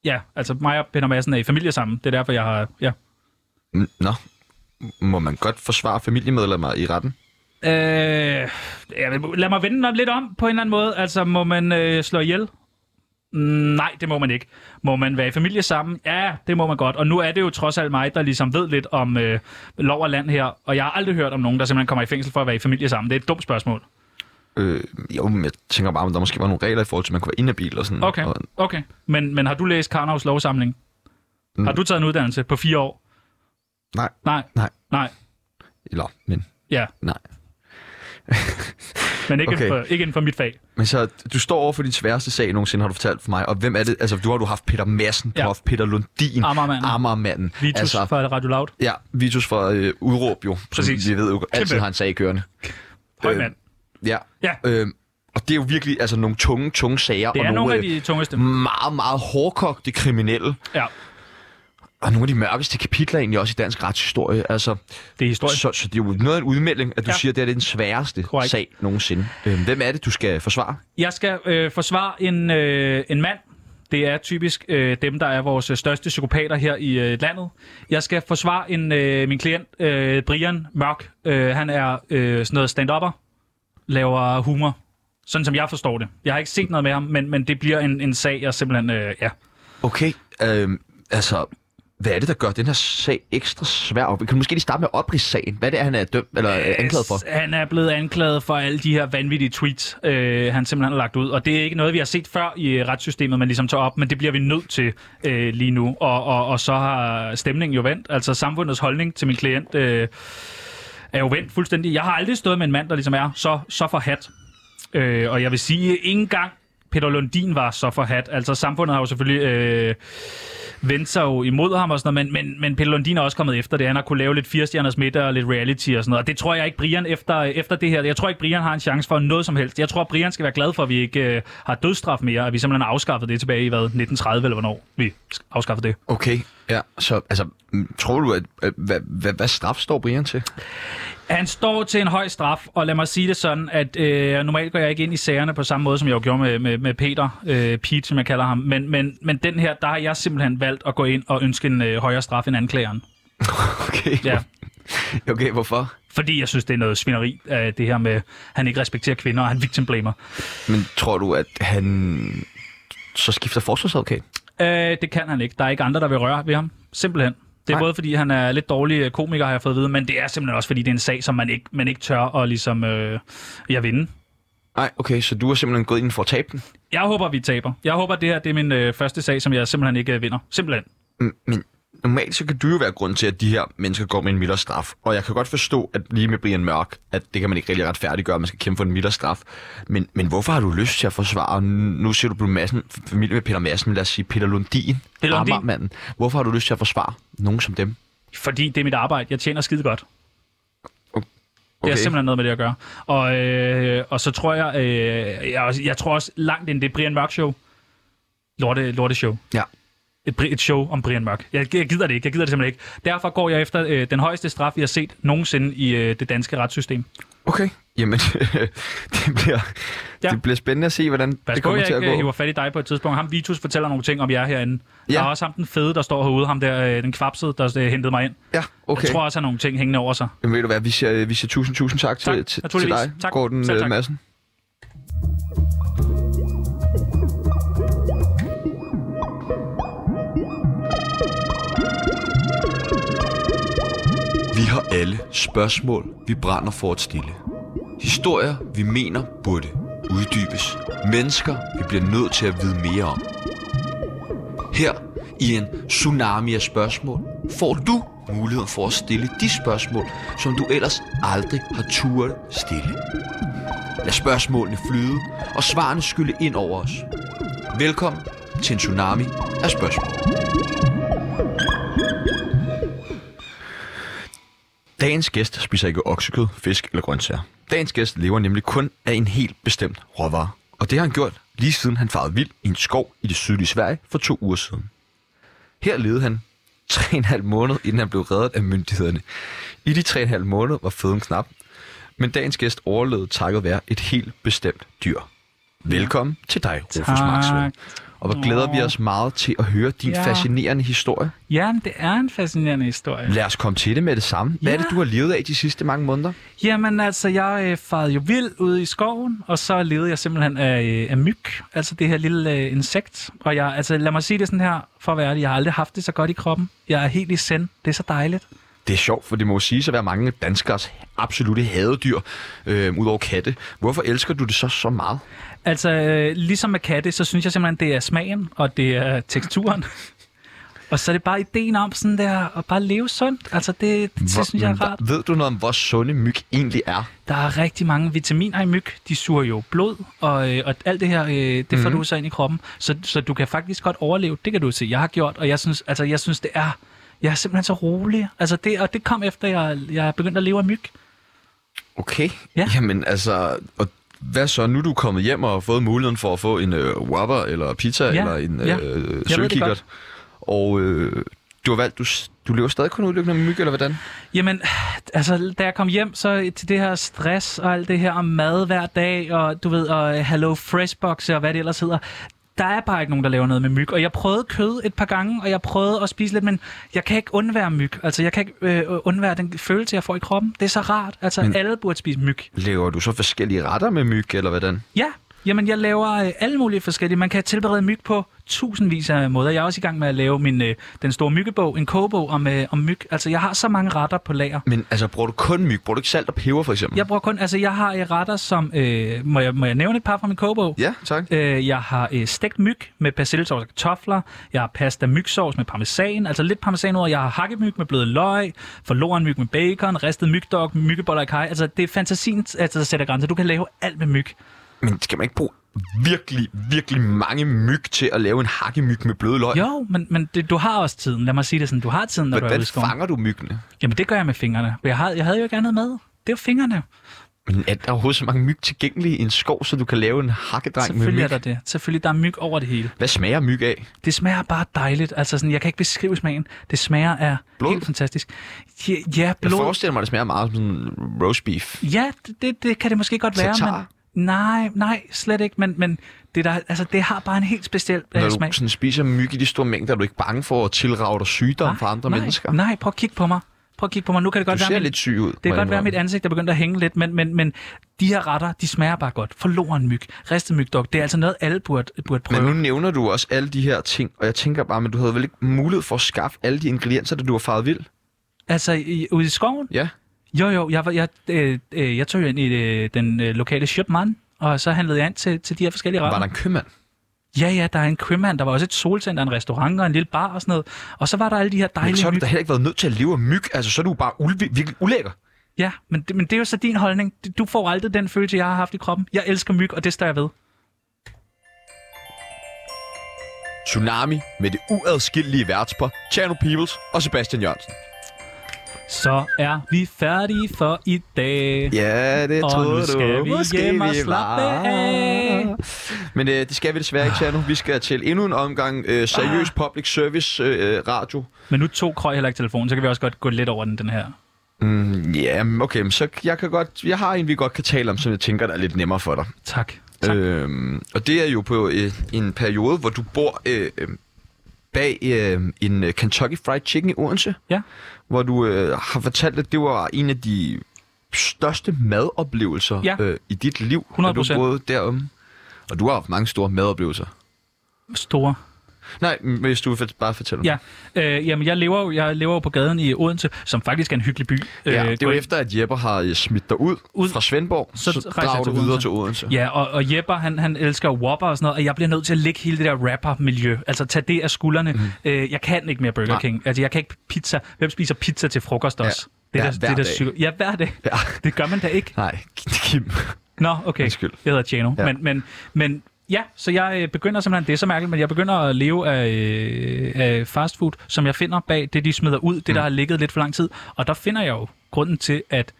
A: Ja, altså mig og Peter Madsen er i familie sammen. Det er derfor, jeg har... Ja.
F: Mm, Nå, må man godt forsvare familiemedlemmer i retten?
A: Øh, jeg vil, lad mig vende den lidt om på en eller anden måde. Altså, må man øh, slå ihjel? Mm, nej, det må man ikke. Må man være i familie sammen? Ja, det må man godt. Og nu er det jo trods alt mig, der ligesom ved lidt om øh, lov og land her. Og jeg har aldrig hørt om nogen, der simpelthen kommer i fængsel for at være i familie sammen. Det er et dumt spørgsmål.
F: Øh, jo, men jeg tænker bare, om der måske var nogle regler i forhold til, at man kunne være inhabil og sådan.
A: Okay,
F: Og,
A: okay. Men, men har du læst Karnovs lovsamling? Har du taget en uddannelse på fire år?
F: Mm. nej,
A: Nej.
F: Nej.
A: Nej.
F: eller, men
A: Ja,
F: nej.
A: men ikke, okay.
F: Okay.
A: inden, for, ikke inden for mit fag.
F: Men så, du står over for din sværeste sag nogensinde, har du fortalt for mig. Og hvem er det? Altså, du har du haft Peter Madsen, ja. du
A: Ja.
F: har haft Peter Lundin.
A: Amagermanden.
F: Amagermanden.
A: Vitus altså,
F: Altså,
A: fra Radio Loud.
F: ja, Vitus fra øh, Udråb jo. som
A: Præcis.
F: Vi ved jo altid
A: Kæmpe.
F: har en sag kørende.
A: Høj
F: øh,
A: mand.
F: Ja.
A: Ja.
F: Øh, og det er jo virkelig altså, nogle tunge, tunge sager.
A: Det
F: og
A: er nogle af
F: øh,
A: de tungeste.
F: meget, meget hårdkogte kriminelle.
A: Ja,
F: Og nogle af de mørkeste kapitler egentlig også i dansk retshistorie. Altså,
A: det er historie.
F: så, så det er jo noget af en udmelding, at du ja.
A: Ja.
F: siger, at det her det er den sværeste Correct.
A: Korrekt.
F: sag nogensinde. Øhm, hvem er det, du skal forsvare?
A: Jeg skal øh, forsvare en, øh, en mand. Det er typisk øh, dem, der er vores øh, største psykopater her i øh, landet. Jeg skal forsvare en, øh, min klient, øh, Brian Mørk. Øh, han er øh, sådan noget stand-upper, laver humor. Sådan som jeg forstår det. Jeg har ikke set noget med ham, men, men det bliver en, en sag, jeg simpelthen... Øh, ja.
F: Okay, øhm, altså, hvad er det, der gør den her sag ekstra svær? Og vi kan måske lige starte med opris-sagen. Hvad er det, han er dømt eller øh, anklaget for?
A: Han er blevet anklaget for alle de her vanvittige tweets, øh, han simpelthen har lagt ud. Og det er ikke noget, vi har set før i øh, retssystemet, man ligesom tager op, men det bliver vi nødt til øh, lige nu. Og, og, og så har stemningen jo vendt. Altså samfundets holdning til min klient øh, er jo vendt fuldstændig. Jeg har aldrig stået med en mand, der ligesom er så, så forhat. Øh, og jeg vil sige, ikke engang Peter Lundin var så forhat. Altså samfundet har jo selvfølgelig... Øh, vendte sig jo imod ham og sådan noget, men, men, men Pelle Lundin er også kommet efter det. Han har kunne lave lidt 4-stjerners middag og lidt reality og sådan noget, og det tror jeg ikke, Brian efter, efter det her, jeg tror ikke, Brian har en chance for noget som helst. Jeg tror, Brian skal være glad for, at vi ikke øh, har dødsstraf mere, at vi simpelthen har afskaffet det tilbage i, hvad, 1930 eller hvornår vi afskaffede det.
F: Okay, ja. Så altså, mm, tror du, at øh, hvad, hvad, hvad straf står Brian til?
A: Han står til en høj straf, og lad mig sige det sådan, at øh, normalt går jeg ikke ind i sagerne på samme måde, som jeg jo gjorde med, med, med Peter, øh, Pete, som jeg kalder ham, men, men, men den her, der har jeg simpelthen valgt at gå ind og ønske en øh, højere straf end anklageren.
F: Okay,
A: Ja.
F: okay hvorfor?
A: Fordi jeg synes, det er noget svineri, øh, det her med, at han ikke respekterer kvinder, og han victimblamer.
F: Men tror du, at han så skifter forsvarsadvokat?
A: Øh, det kan han ikke. Der er ikke andre, der vil røre ved ham. Simpelthen. Det er
F: Nej.
A: Nej. både fordi, han er lidt dårlig øh, komiker, har jeg fået at vide, men det er simpelthen også fordi, det er en sag, som man ikke, man ikke tør at ligesom, øh, jeg vinde.
F: Nej, okay, så du har simpelthen gået ind for at tabe den?
A: Jeg håber, vi taber. Jeg håber, det her det er min øh, første sag, som jeg simpelthen ikke øh, vinder. Simpelthen.
F: Mm, Men normalt så kan du jo være grund til, at de her mennesker går med en mildere straf. Og jeg kan godt forstå, at lige med Brian Mørk, at det kan man ikke rigtig retfærdiggøre, at man skal kæmpe for en mildere straf. Men, men hvorfor har du lyst til at forsvare, nu ser du på massen, familie med Peter Madsen, men lad os sige Peter Lundin,
A: Peter Lundin.
F: Amagermanden. Hvorfor har du lyst til at forsvare nogen som dem?
A: Fordi det er mit arbejde. Jeg tjener skide godt. Okay. Det
F: Okay.
A: har simpelthen noget med det at gøre. Og, øh, og så tror jeg, øh, jeg, jeg tror også langt ind, det er Brian Mørk Show. Lorte, lorte show.
F: Ja.
A: Et, bri- et show om Brian Mørk. Jeg, jeg gider det ikke, jeg gider det simpelthen ikke. Derfor går jeg efter øh, den højeste straf, vi har set nogensinde i øh, det danske retssystem.
F: Okay. Jamen, det, bliver, ja.
A: Ja.
F: det bliver spændende at se, hvordan
A: Pas
F: det
A: på,
F: kommer
A: jeg
F: til at
A: ikke øh,
F: gå.
A: hiver fat i dig på et tidspunkt. Ham Vitus fortæller nogle ting om jer herinde. Ja. Der
F: Ja.
A: er også ham den fede, der står herude. Ham der, øh, den kvapsede, der øh, hentede mig ind.
F: Ja, okay.
A: Jeg tror også, han har nogle ting hængende over sig.
F: Jamen, ved du hvad, vi siger, vi siger tusind, tusind tak, til,
A: Tak,
F: til, til
A: naturligvis.
F: dig,
A: Tak.
F: Gordon
A: Selv
F: øh,
A: tak.
F: Madsen.
B: alle spørgsmål, vi brænder for at stille. Historier, vi mener burde uddybes. Mennesker, vi bliver nødt til at vide mere om. Her i en tsunami af spørgsmål får du muligheden for at stille de spørgsmål, som du ellers aldrig har turet stille. Lad spørgsmålene flyde, og svarene skylle ind over os. Velkommen til en tsunami af spørgsmål.
F: Dagens gæst spiser ikke oksekød, fisk eller grøntsager. Dagens gæst lever nemlig kun af en helt bestemt råvare. Og det har han gjort lige siden han farede vild i en skov i det sydlige Sverige for to uger siden. Her levede han 3,5 måneder, inden han blev reddet af myndighederne. I de 3,5 måneder var føden knap, men dagens gæst overlevede takket være et helt bestemt dyr. Velkommen til dig, Rufus Maxwell. Og hvor glæder vi os meget til at høre din
A: Ja.
F: fascinerende historie.
A: Ja, men det er en fascinerende historie.
F: Lad os komme til det med det samme. Hvad er det,
A: Ja.
F: du har levet af de sidste mange måneder?
A: Jamen altså, jeg øh, farede jo vildt ude i skoven, og så levede jeg simpelthen af, øh, af myg, altså det her lille øh, insekt. Og jeg, altså lad mig sige det sådan her, for at være ærlig, jeg har aldrig haft det så godt i kroppen. Jeg er helt i send, det er så dejligt.
F: Det er sjovt, for det må jo siges at være mange danskers absolute hadedyr, øh, udover katte. Hvorfor elsker du det så så meget?
A: Altså, øh, ligesom med katte, så synes jeg simpelthen, det er smagen, og det er teksturen. og så er det bare ideen om sådan der, at bare leve sundt. Altså, det, det, det synes jeg
F: men
A: er rart.
F: Ved du noget om, hvor sunde myg egentlig er?
A: Der er rigtig mange vitaminer i myg. De suger jo blod, og, øh, og alt det her, øh, det får du så ind i kroppen. Så, så du kan faktisk godt overleve. Det kan du se, jeg har gjort. Og jeg synes, altså, jeg synes det er... Jeg er simpelthen så rolig. Altså det, og det kom efter, jeg, jeg begyndte at leve af myg.
F: Okay.
A: Ja.
F: Jamen altså, og hvad så? Nu er du kommet hjem og har fået muligheden for at få en øh, Whopper, eller pizza,
A: Ja,
F: eller en
A: ja. Jeg
F: øh,
A: det
F: sølvkikkert.
A: godt.
F: Og øh, du har valgt, du, s- du lever stadig kun udelukkende med myg, eller hvordan?
A: Jamen, altså, da jeg kom hjem, så til det her stress og alt det her om mad hver dag, og du ved, og øh, Hello Freshbox og hvad det ellers hedder, der er bare ikke nogen, der laver noget med myg. Og jeg prøvede kød et par gange, og jeg prøvede at spise lidt, men jeg kan ikke undvære myg. Altså, jeg kan ikke øh, undvære den følelse, jeg får i kroppen. Det er så rart. Altså, men... alle burde spise myg.
F: Laver du så forskellige retter med myg, eller hvordan?
A: Ja, jamen jeg laver øh, alle mulige forskellige. Man kan tilberede myg på tusindvis af måder. Jeg er også i gang med at lave min, øh, den store myggebog, en kogebog om, øh, om myg. Altså, jeg har så mange retter på lager.
F: Men altså, bruger du kun myg? Bruger du ikke salt og peber, for eksempel?
A: Jeg bruger kun, altså jeg har øh, retter som, øh, må, jeg, må jeg nævne et par fra min kogebog?
F: Ja, tak.
A: Øh, jeg har øh, stegt myg med persillesovs og kartofler. Jeg har pasta mygsovs med parmesan, altså lidt parmesan over. Jeg har hakket myg med bløde løg, forloren myg med bacon, ristet mygdog, myggeboller i kaj. Altså det er fantasien, altså, der sætter grænser. Du kan lave alt med myg.
F: Men skal man ikke bruge virkelig, virkelig mange myg til at lave en hakkemyg med bløde løg?
A: Jo, men, men det, du har også tiden. Lad mig sige det sådan. Du har tiden, når du er ude
F: Hvordan
A: i skoven.
F: fanger du myggene?
A: Jamen det gør jeg med fingrene. Jeg, har, jeg havde jo ikke andet med. Det er jo fingrene.
F: Men er der overhovedet så mange myg tilgængelige i en skov, så du kan lave en hakkedreng med
A: Selvfølgelig er
F: myg?
A: der det. Selvfølgelig der er myg over det hele.
F: Hvad smager myg af?
A: Det smager bare dejligt. Altså sådan, jeg kan ikke beskrive smagen. Det smager af
F: Blod?
A: helt fantastisk. Ja, ja
F: Jeg
A: blod.
F: forestiller mig, at det smager meget som sådan roast beef.
A: Ja, det, det, det kan det måske godt
F: Tartar?
A: være, men... Nej, nej, slet ikke. Men, men det, der, altså, det har bare en helt speciel
F: Når
A: uh,
F: du
A: smag.
F: sådan spiser myg i de store mængder, er du ikke bange for at tilrage dig sygdom fra andre
A: Ah, nej,
F: mennesker?
A: Nej, prøv at kigge på mig. Prøv at kigge på mig. Nu kan det godt
F: Du
A: være,
F: ser
A: mit-
F: lidt syg ud.
A: Det
F: må
A: kan
F: jeg
A: godt være, at mit
F: indrømme.
A: ansigt er begyndt at hænge lidt, men, men, men de her retter, de smager bare godt. Forloren myg, ristet mygdok, det er altså noget, alle burde, burde prøve.
F: Men nu nævner du også alle de her ting, og jeg tænker bare, men du havde vel ikke mulighed for at skaffe alle de ingredienser, da du har faret vild?
A: Altså, i, ude i skoven?
F: Ja.
A: Jo, jo, jeg, var- jeg, øh, øh, jeg tog jo ind i øh, den øh, lokale shopman, og så handlede jeg ind til, til de her forskellige retter.
F: Var der en købmand?
A: Ja, ja, der er en købmand, der var også et solcenter, en restaurant og en lille bar og sådan noget. Og så var der alle de her
F: Men
A: dejlige
F: så har du
A: myg.
F: da heller ikke været nødt til at leve af myg. Altså, så er du bare ulvi- virkelig ulækker.
A: Ja, men, det- men det er jo så din holdning. Du får aldrig den følelse, jeg har haft i kroppen. Jeg elsker myg, og det står jeg ved.
F: Tsunami med det uadskillelige værtspar, Chano Peoples og Sebastian Jørgensen.
A: Så er vi færdige for i dag.
F: Ja, det
A: Og
F: troede
A: nu skal
F: du.
A: vi hjem og slappe af.
F: Men øh, det skal vi desværre ikke, Chano. Vi skal til endnu en omgang øh, seriøs public service øh, radio.
A: Men nu tog Krøj heller ikke telefonen, så kan vi også godt gå lidt over den, den her.
F: Mm, ja, men okay, men så jeg kan godt, jeg har en, vi godt kan tale om, som jeg tænker, der er lidt nemmere for dig.
A: Tak. tak. Øh.
F: Øhm, og det er jo på øh, en periode, hvor du bor øh, øh, bag øh, en øh, Kentucky Fried Chicken i Odense.
A: Ja.
F: Hvor du øh, har fortalt, at det var en af de største madoplevelser
A: Ja.
F: øh, i dit liv. da
A: 100%.
F: Du boede derom. Og du har haft mange store madoplevelser.
A: Store.
B: Nej, men hvis du vil bare fortælle mig.
A: Ja, øh, jamen jeg lever, jo, jeg lever jo på gaden i Odense, som faktisk er en hyggelig by. Øh,
B: Ja, det er jo
A: gå-
B: efter, at Jeppe har øh, smidt dig ud,
A: Ud.
B: ud. fra Svendborg,
A: Så
B: så, så
A: rejser jeg
B: drager
A: til
B: du videre
A: Odense.
B: til Odense.
A: Ja, og, og Jepper, han, han elsker Whopper og sådan noget, og jeg bliver nødt til at lægge hele det der rapper-miljø. Altså, tage det af skuldrene. Mm. Øh, jeg kan ikke mere Burger
B: Mhm. Nej.
A: King. Altså, jeg kan ikke pizza. Hvem spiser pizza til frokost også?
B: Ja,
A: Det er
B: hver
A: det der
B: dag.
A: psyko- Ja, hver dag.
B: Ja.
A: Det gør man da ikke.
B: Nej, Kim.
A: Nå, okay.
B: Undskyld.
A: Jeg hedder Tjano. Ja.
B: Ja.
A: Men, men, men ja, så jeg øh, begynder simpelthen, det er så mærkeligt, men jeg begynder at leve af, øh, af fastfood, som jeg finder bag det, de smider ud,
B: Mm.
A: det, der har ligget lidt for lang tid. Og der finder jeg jo grunden til, at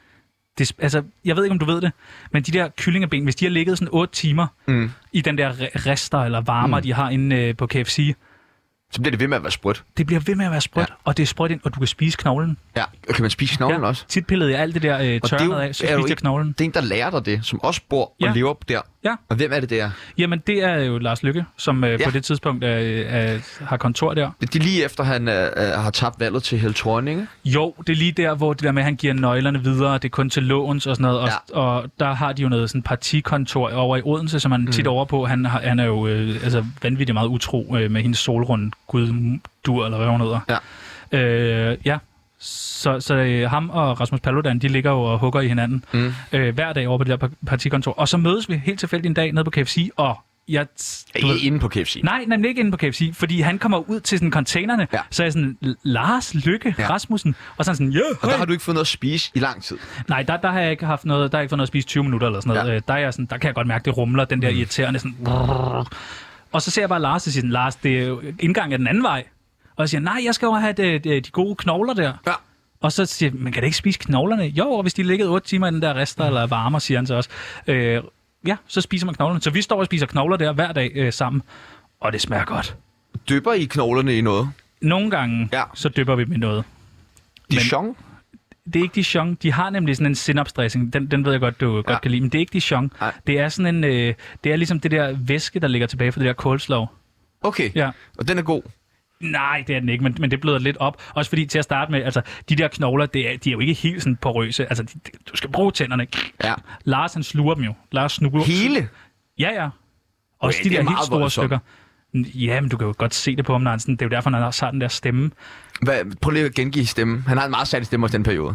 A: det, altså, jeg ved ikke, om du ved det, men de der kyllingeben, hvis de har ligget sådan 8 timer mm. i den der re- rester eller varmer, mm. de har inde øh, på KFC,
B: Så bliver det ved med at være sprødt.
A: det bliver ved med at være sprødt, ja.
B: Ja.
A: og det er sprødt ind, og du kan spise knoglen.
B: Ja, og kan man spise knoglen ja. også?
A: Tit pillede jeg alt det der øh,
B: Og det er jo-
A: tørrede af, så
B: er
A: spiste
B: jo
A: jeg
B: ikke-
A: knoglen.
B: Det er en, der lærer dig det, som også bor
A: Ja.
B: og lever der.
A: Ja.
B: Og hvem er det, der?
A: Jamen, det er jo Lars Lykke, som øh, ja. på
B: Ja.
A: det tidspunkt er, er, har kontor der.
B: Det er lige efter, han øh, øh, har tabt valget til Helle Thorning. ikke?
A: Jo, det er lige der, hvor det der med, at han giver nøglerne videre, det er kun til låns og sådan noget. Og, ja.
B: Ja.
A: og der har de jo noget sådan partikontor over i Odense, som han mm. tit er over på. Han, har- han er jo øh, altså, vanvittigt meget utro øh, med hendes solrund guddur, eller hvad hun hedder. Ja. Øh, ja. Så, så øh, ham og Rasmus Paludan, de ligger jo og hugger i hinanden mm. øh, hver dag over på det der par- partikontor. Og så mødes vi helt tilfældigt en dag nede på KFC, og jeg...
B: Er I inde på KFC?
A: Nej, nemlig ikke inde på KFC, fordi han kommer ud til sådan containerne, ja.
B: Ja.
A: så er jeg sådan, Lars Lykke ja.
B: Ja.
A: Rasmussen, og så er han sådan, ja,
B: Og der
A: hej.
B: har du ikke fået noget at spise i lang tid.
A: Nej, der, der har jeg ikke haft noget, der har jeg ikke fået noget at spise 20 minutter eller sådan noget.
B: Ja. Mm.
A: Ja. Der, er jeg sådan, der kan jeg godt mærke, det rumler, den der irriterende sådan, og så ser jeg bare Lars og siger, sådan, Lars, det er jo indgang af den anden vej. Og jeg siger, nej, jeg skal jo have de, de, de gode knogler der.
B: Ja.
A: Og så siger jeg, man kan da ikke spise knoglerne? Jo, og hvis de ligger 8 timer i den der
B: Mm.
A: rester eller varmer, siger han så også. Øh, ja, så spiser man knoglerne. Så vi står og spiser knogler der hver dag øh, sammen. Og det smager godt.
B: Døber I knoglerne i noget?
A: Nogle gange, ja.
B: Ja.
A: så dypper vi dem i noget.
B: Dijon?
A: Det er ikke Dijon. De har nemlig sådan en sinapsdressing. Den, den ved jeg godt, du ja. godt kan lide. Men det er ikke Dijon.
B: Nej.
A: Det er sådan en... Øh, det er ligesom det der væske, der ligger tilbage fra det der coleslaw.
B: Okay.
A: Ja.
B: Og den er god.
A: Nej, det er den ikke, men, men det bløder lidt op. Også fordi til at starte med, altså, de der knogler, det er, de er jo ikke helt sådan porøse. Altså, de, de, du skal bruge tænderne.
B: Ja.
A: Lars, han sluger dem jo. Lars snuger.
B: Hele?
A: Ja, ja. Også de
B: Okay, det
A: der
B: er
A: helt
B: meget
A: store
B: voldsomt.
A: stykker. Ja, men du kan jo godt se det på ham, når han sådan, det er jo derfor, han også har den der stemme.
B: Hvad, prøv lige at gengive stemmen. Han har en meget særlig stemme også i den periode.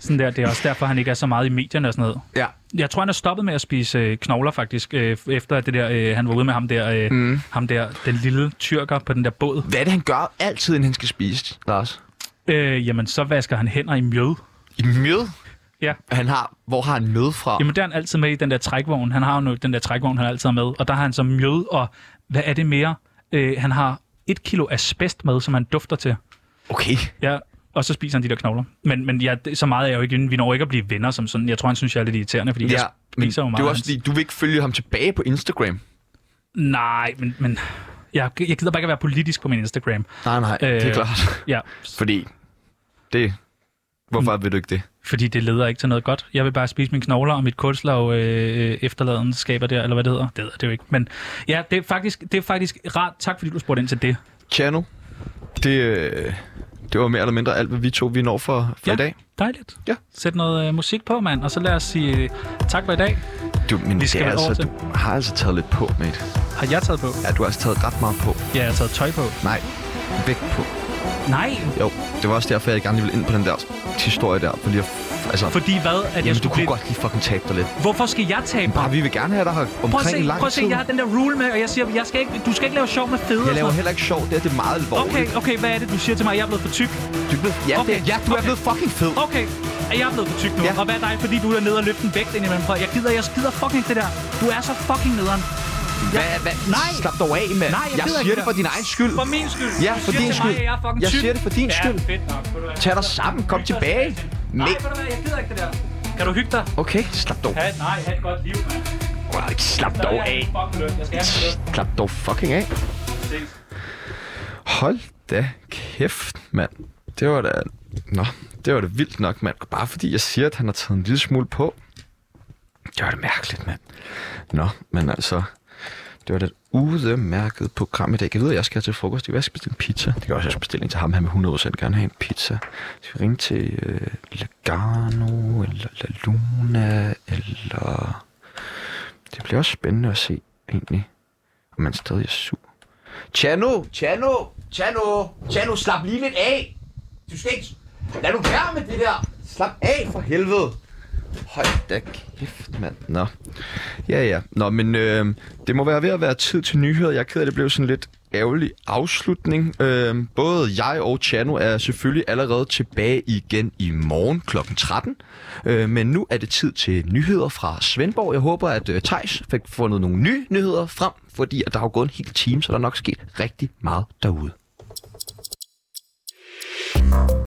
A: Sådan der, det er også derfor, han ikke er så meget i medierne og sådan noget.
B: Ja.
A: Jeg tror, han er stoppet med at spise øh, knogler, faktisk, øh, efter at det der, øh, han var ude med ham der, øh, mm. ham der, den lille tyrker på den der båd.
B: Hvad er det, han gør altid, inden han skal spise, Lars?
A: Øh, jamen, så vasker han hænder i mjød.
B: I mød?
A: Ja.
B: Han har, hvor har han mød fra?
A: Jamen, der er han altid med i den der trækvogn. Han har jo nu den der trækvogn, han altid er med. Og der har han så mjød, og hvad er det mere? Øh, han har et kilo asbest med, som han dufter til.
B: Okay.
A: Ja, og så spiser han de der knogler. Men, men ja, det, så meget er jeg jo ikke inde. Vi når ikke at blive venner som sådan. Jeg tror, han synes, jeg er lidt irriterende, fordi ja, jeg
B: men
A: spiser jo meget.
B: det er
A: af
B: også
A: hans-
B: fordi, du vil ikke følge ham tilbage på Instagram.
A: Nej, men, men jeg, jeg gider bare ikke at være politisk på min Instagram.
B: Nej, nej, øh... det
A: Øh.
B: er klart.
A: Ja,
B: Fordi det... Hvorfor
A: Mm.
B: vil du ikke det?
A: fordi det leder ikke til noget godt. Jeg vil bare spise mine knogler og mit kulslag øh, øh, efterladenskaber der, eller hvad det hedder. Det hedder det jo ikke. Men ja, det er faktisk, det er faktisk rart. Tak fordi du spurgte ind til det.
B: Chano, det, øh, det var mere eller mindre alt, hvad vi to vi når for, for
A: ja,
B: i dag.
A: dejligt.
B: Ja.
A: Sæt noget øh, musik på, mand, og så lad os sige øh, tak for i dag.
B: Du, men
A: Vi skal
B: det er
A: vel over
B: altså,
A: til-
B: du har altså taget lidt på, mate.
A: Har jeg taget på?
B: Ja, du har altså taget ret meget på.
A: Ja, jeg har taget tøj på.
B: Nej, væk på.
A: Nej,
B: Jo, det var også derfor, jeg gerne lige ville ind på den der historie der. For lige at, altså,
A: fordi hvad? At jeg
B: jamen, du
A: skulle
B: kunne
A: blive-
B: godt lige fucking tabe dig lidt.
A: Hvorfor skal jeg tabe mig?
B: Bare, vi vil gerne have dig her omkring
A: Prøv at se,
B: lang
A: prøv at se,
B: tid.
A: jeg har den der rule med, og jeg siger, jeg skal ikke, du skal ikke lave sjov med fede.
B: jeg
A: og
B: laver
A: sådan
B: heller ikke sjov, det er det er meget
A: noget.
B: alvorligt.
A: Okay, okay, hvad er det, du siger til mig? Jeg er blevet for tyk.
B: Du er blevet, ja,
A: Okay,
B: det, ja, du
A: okay.
B: er blevet fucking fed.
A: Okay, er jeg blevet for tyk nu? Ja.
B: Ja.
A: Og hvad er dig, fordi du er nede og løfte en vægt ind imellem? Jeg gider, jeg skider fucking ikke det der. Du er så fucking nederen.
B: Hvad, hvad?
A: Nej.
B: Slap dog af, mand.
A: Nej, jeg
B: jeg
A: gider
B: siger
A: ikke
B: det
A: det
B: for din egen skyld.
A: For min skyld.
B: Ja,
A: du
B: for
A: siger
B: din
A: til
B: skyld.
A: Mig, at jeg er fucking
B: Jeg
A: tyk.
B: siger det for din
A: ja,
B: skyld.
A: Fedt nok. Ved du hvad?
B: Tag dig sammen, kom tilbage.
A: Nej,
B: Nej.
A: ved du hvad, jeg gider ikke det der. Kan du hygge dig?
B: Okay, slap dog.
A: Ha, nej, ha et godt liv, mand.
B: Wow, slap
A: Så er
B: dog
A: jeg
B: af.
A: fucking løn. Jeg skal have min løn.
B: Slap dog fucking af.
A: Ses.
B: Hold da kæft, mand. Det var da... Nå, det var da vildt nok, mand. Bare fordi jeg siger, at han har taget en lille smule på. Det var da mærkeligt, mand. Nå, men altså... Det var da et udmærket program i dag. Jeg ved, at jeg skal have til frokost. Det kan være, jeg skal bestille en pizza. Det kan også, jeg skal bestille en til ham. Han vil 100% gerne have en pizza. Jeg skal ringe til øh, Lagano eller La Luna eller... Det bliver også spændende at se, egentlig. og man stadig er sur.
F: Tjano, Tjano, Tjano, Tjano, slap lige lidt af. Du skal ikke... Lad nu være med det der. Slap af for helvede.
B: Hold da kæft, mand. Nå. Ja, ja. Nå, men øh, det må være ved at være tid til nyheder. Jeg er ked af, at det blev sådan lidt ærgerlig afslutning. Øh, både jeg og Chano er selvfølgelig allerede tilbage igen i morgen kl. 13. Øh, men nu er det tid til nyheder fra Svendborg. Jeg håber, at øh, Tejs fik fundet nogle nye nyheder frem, fordi at der er jo gået en hel time, så der er nok sket rigtig meget derude.